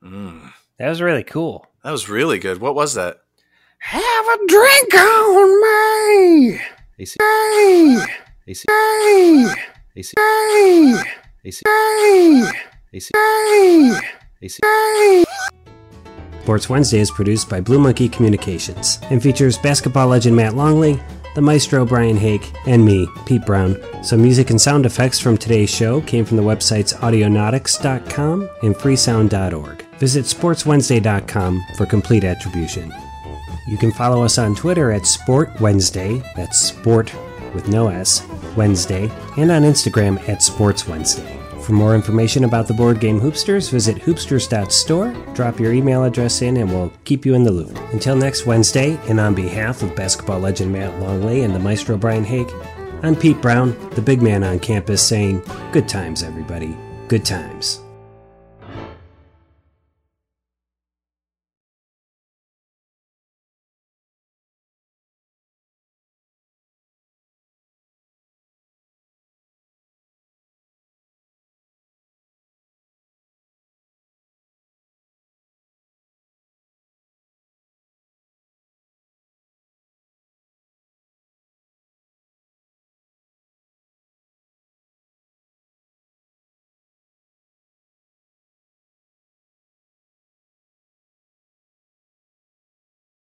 Mm, That was really cool. that was really good. What was that? Have a drink on me. AC Hey, AC hey, AC hey, AC hey, AC hey. AC. Sports Wednesday is produced by Blue Monkey Communications and features basketball legend Matt Longley, the maestro Brian Hake, and me, Pete Brown. Some music and sound effects from today's show came from the websites audionautics.com and freesound.org. Visit sportswednesday.com for complete attribution. You can follow us on Twitter at Sport Wednesday, that's sport with no S, Wednesday, and on Instagram at Sports Wednesday. For more information about the board game Hoopsters, visit hoopsters.store, drop your email address in, and we'll keep you in the loop. Until next Wednesday, and on behalf of basketball legend Matt Longley and the maestro Brian Hake, I'm Pete Brown, the big man on campus, saying, Good times, everybody. Good times.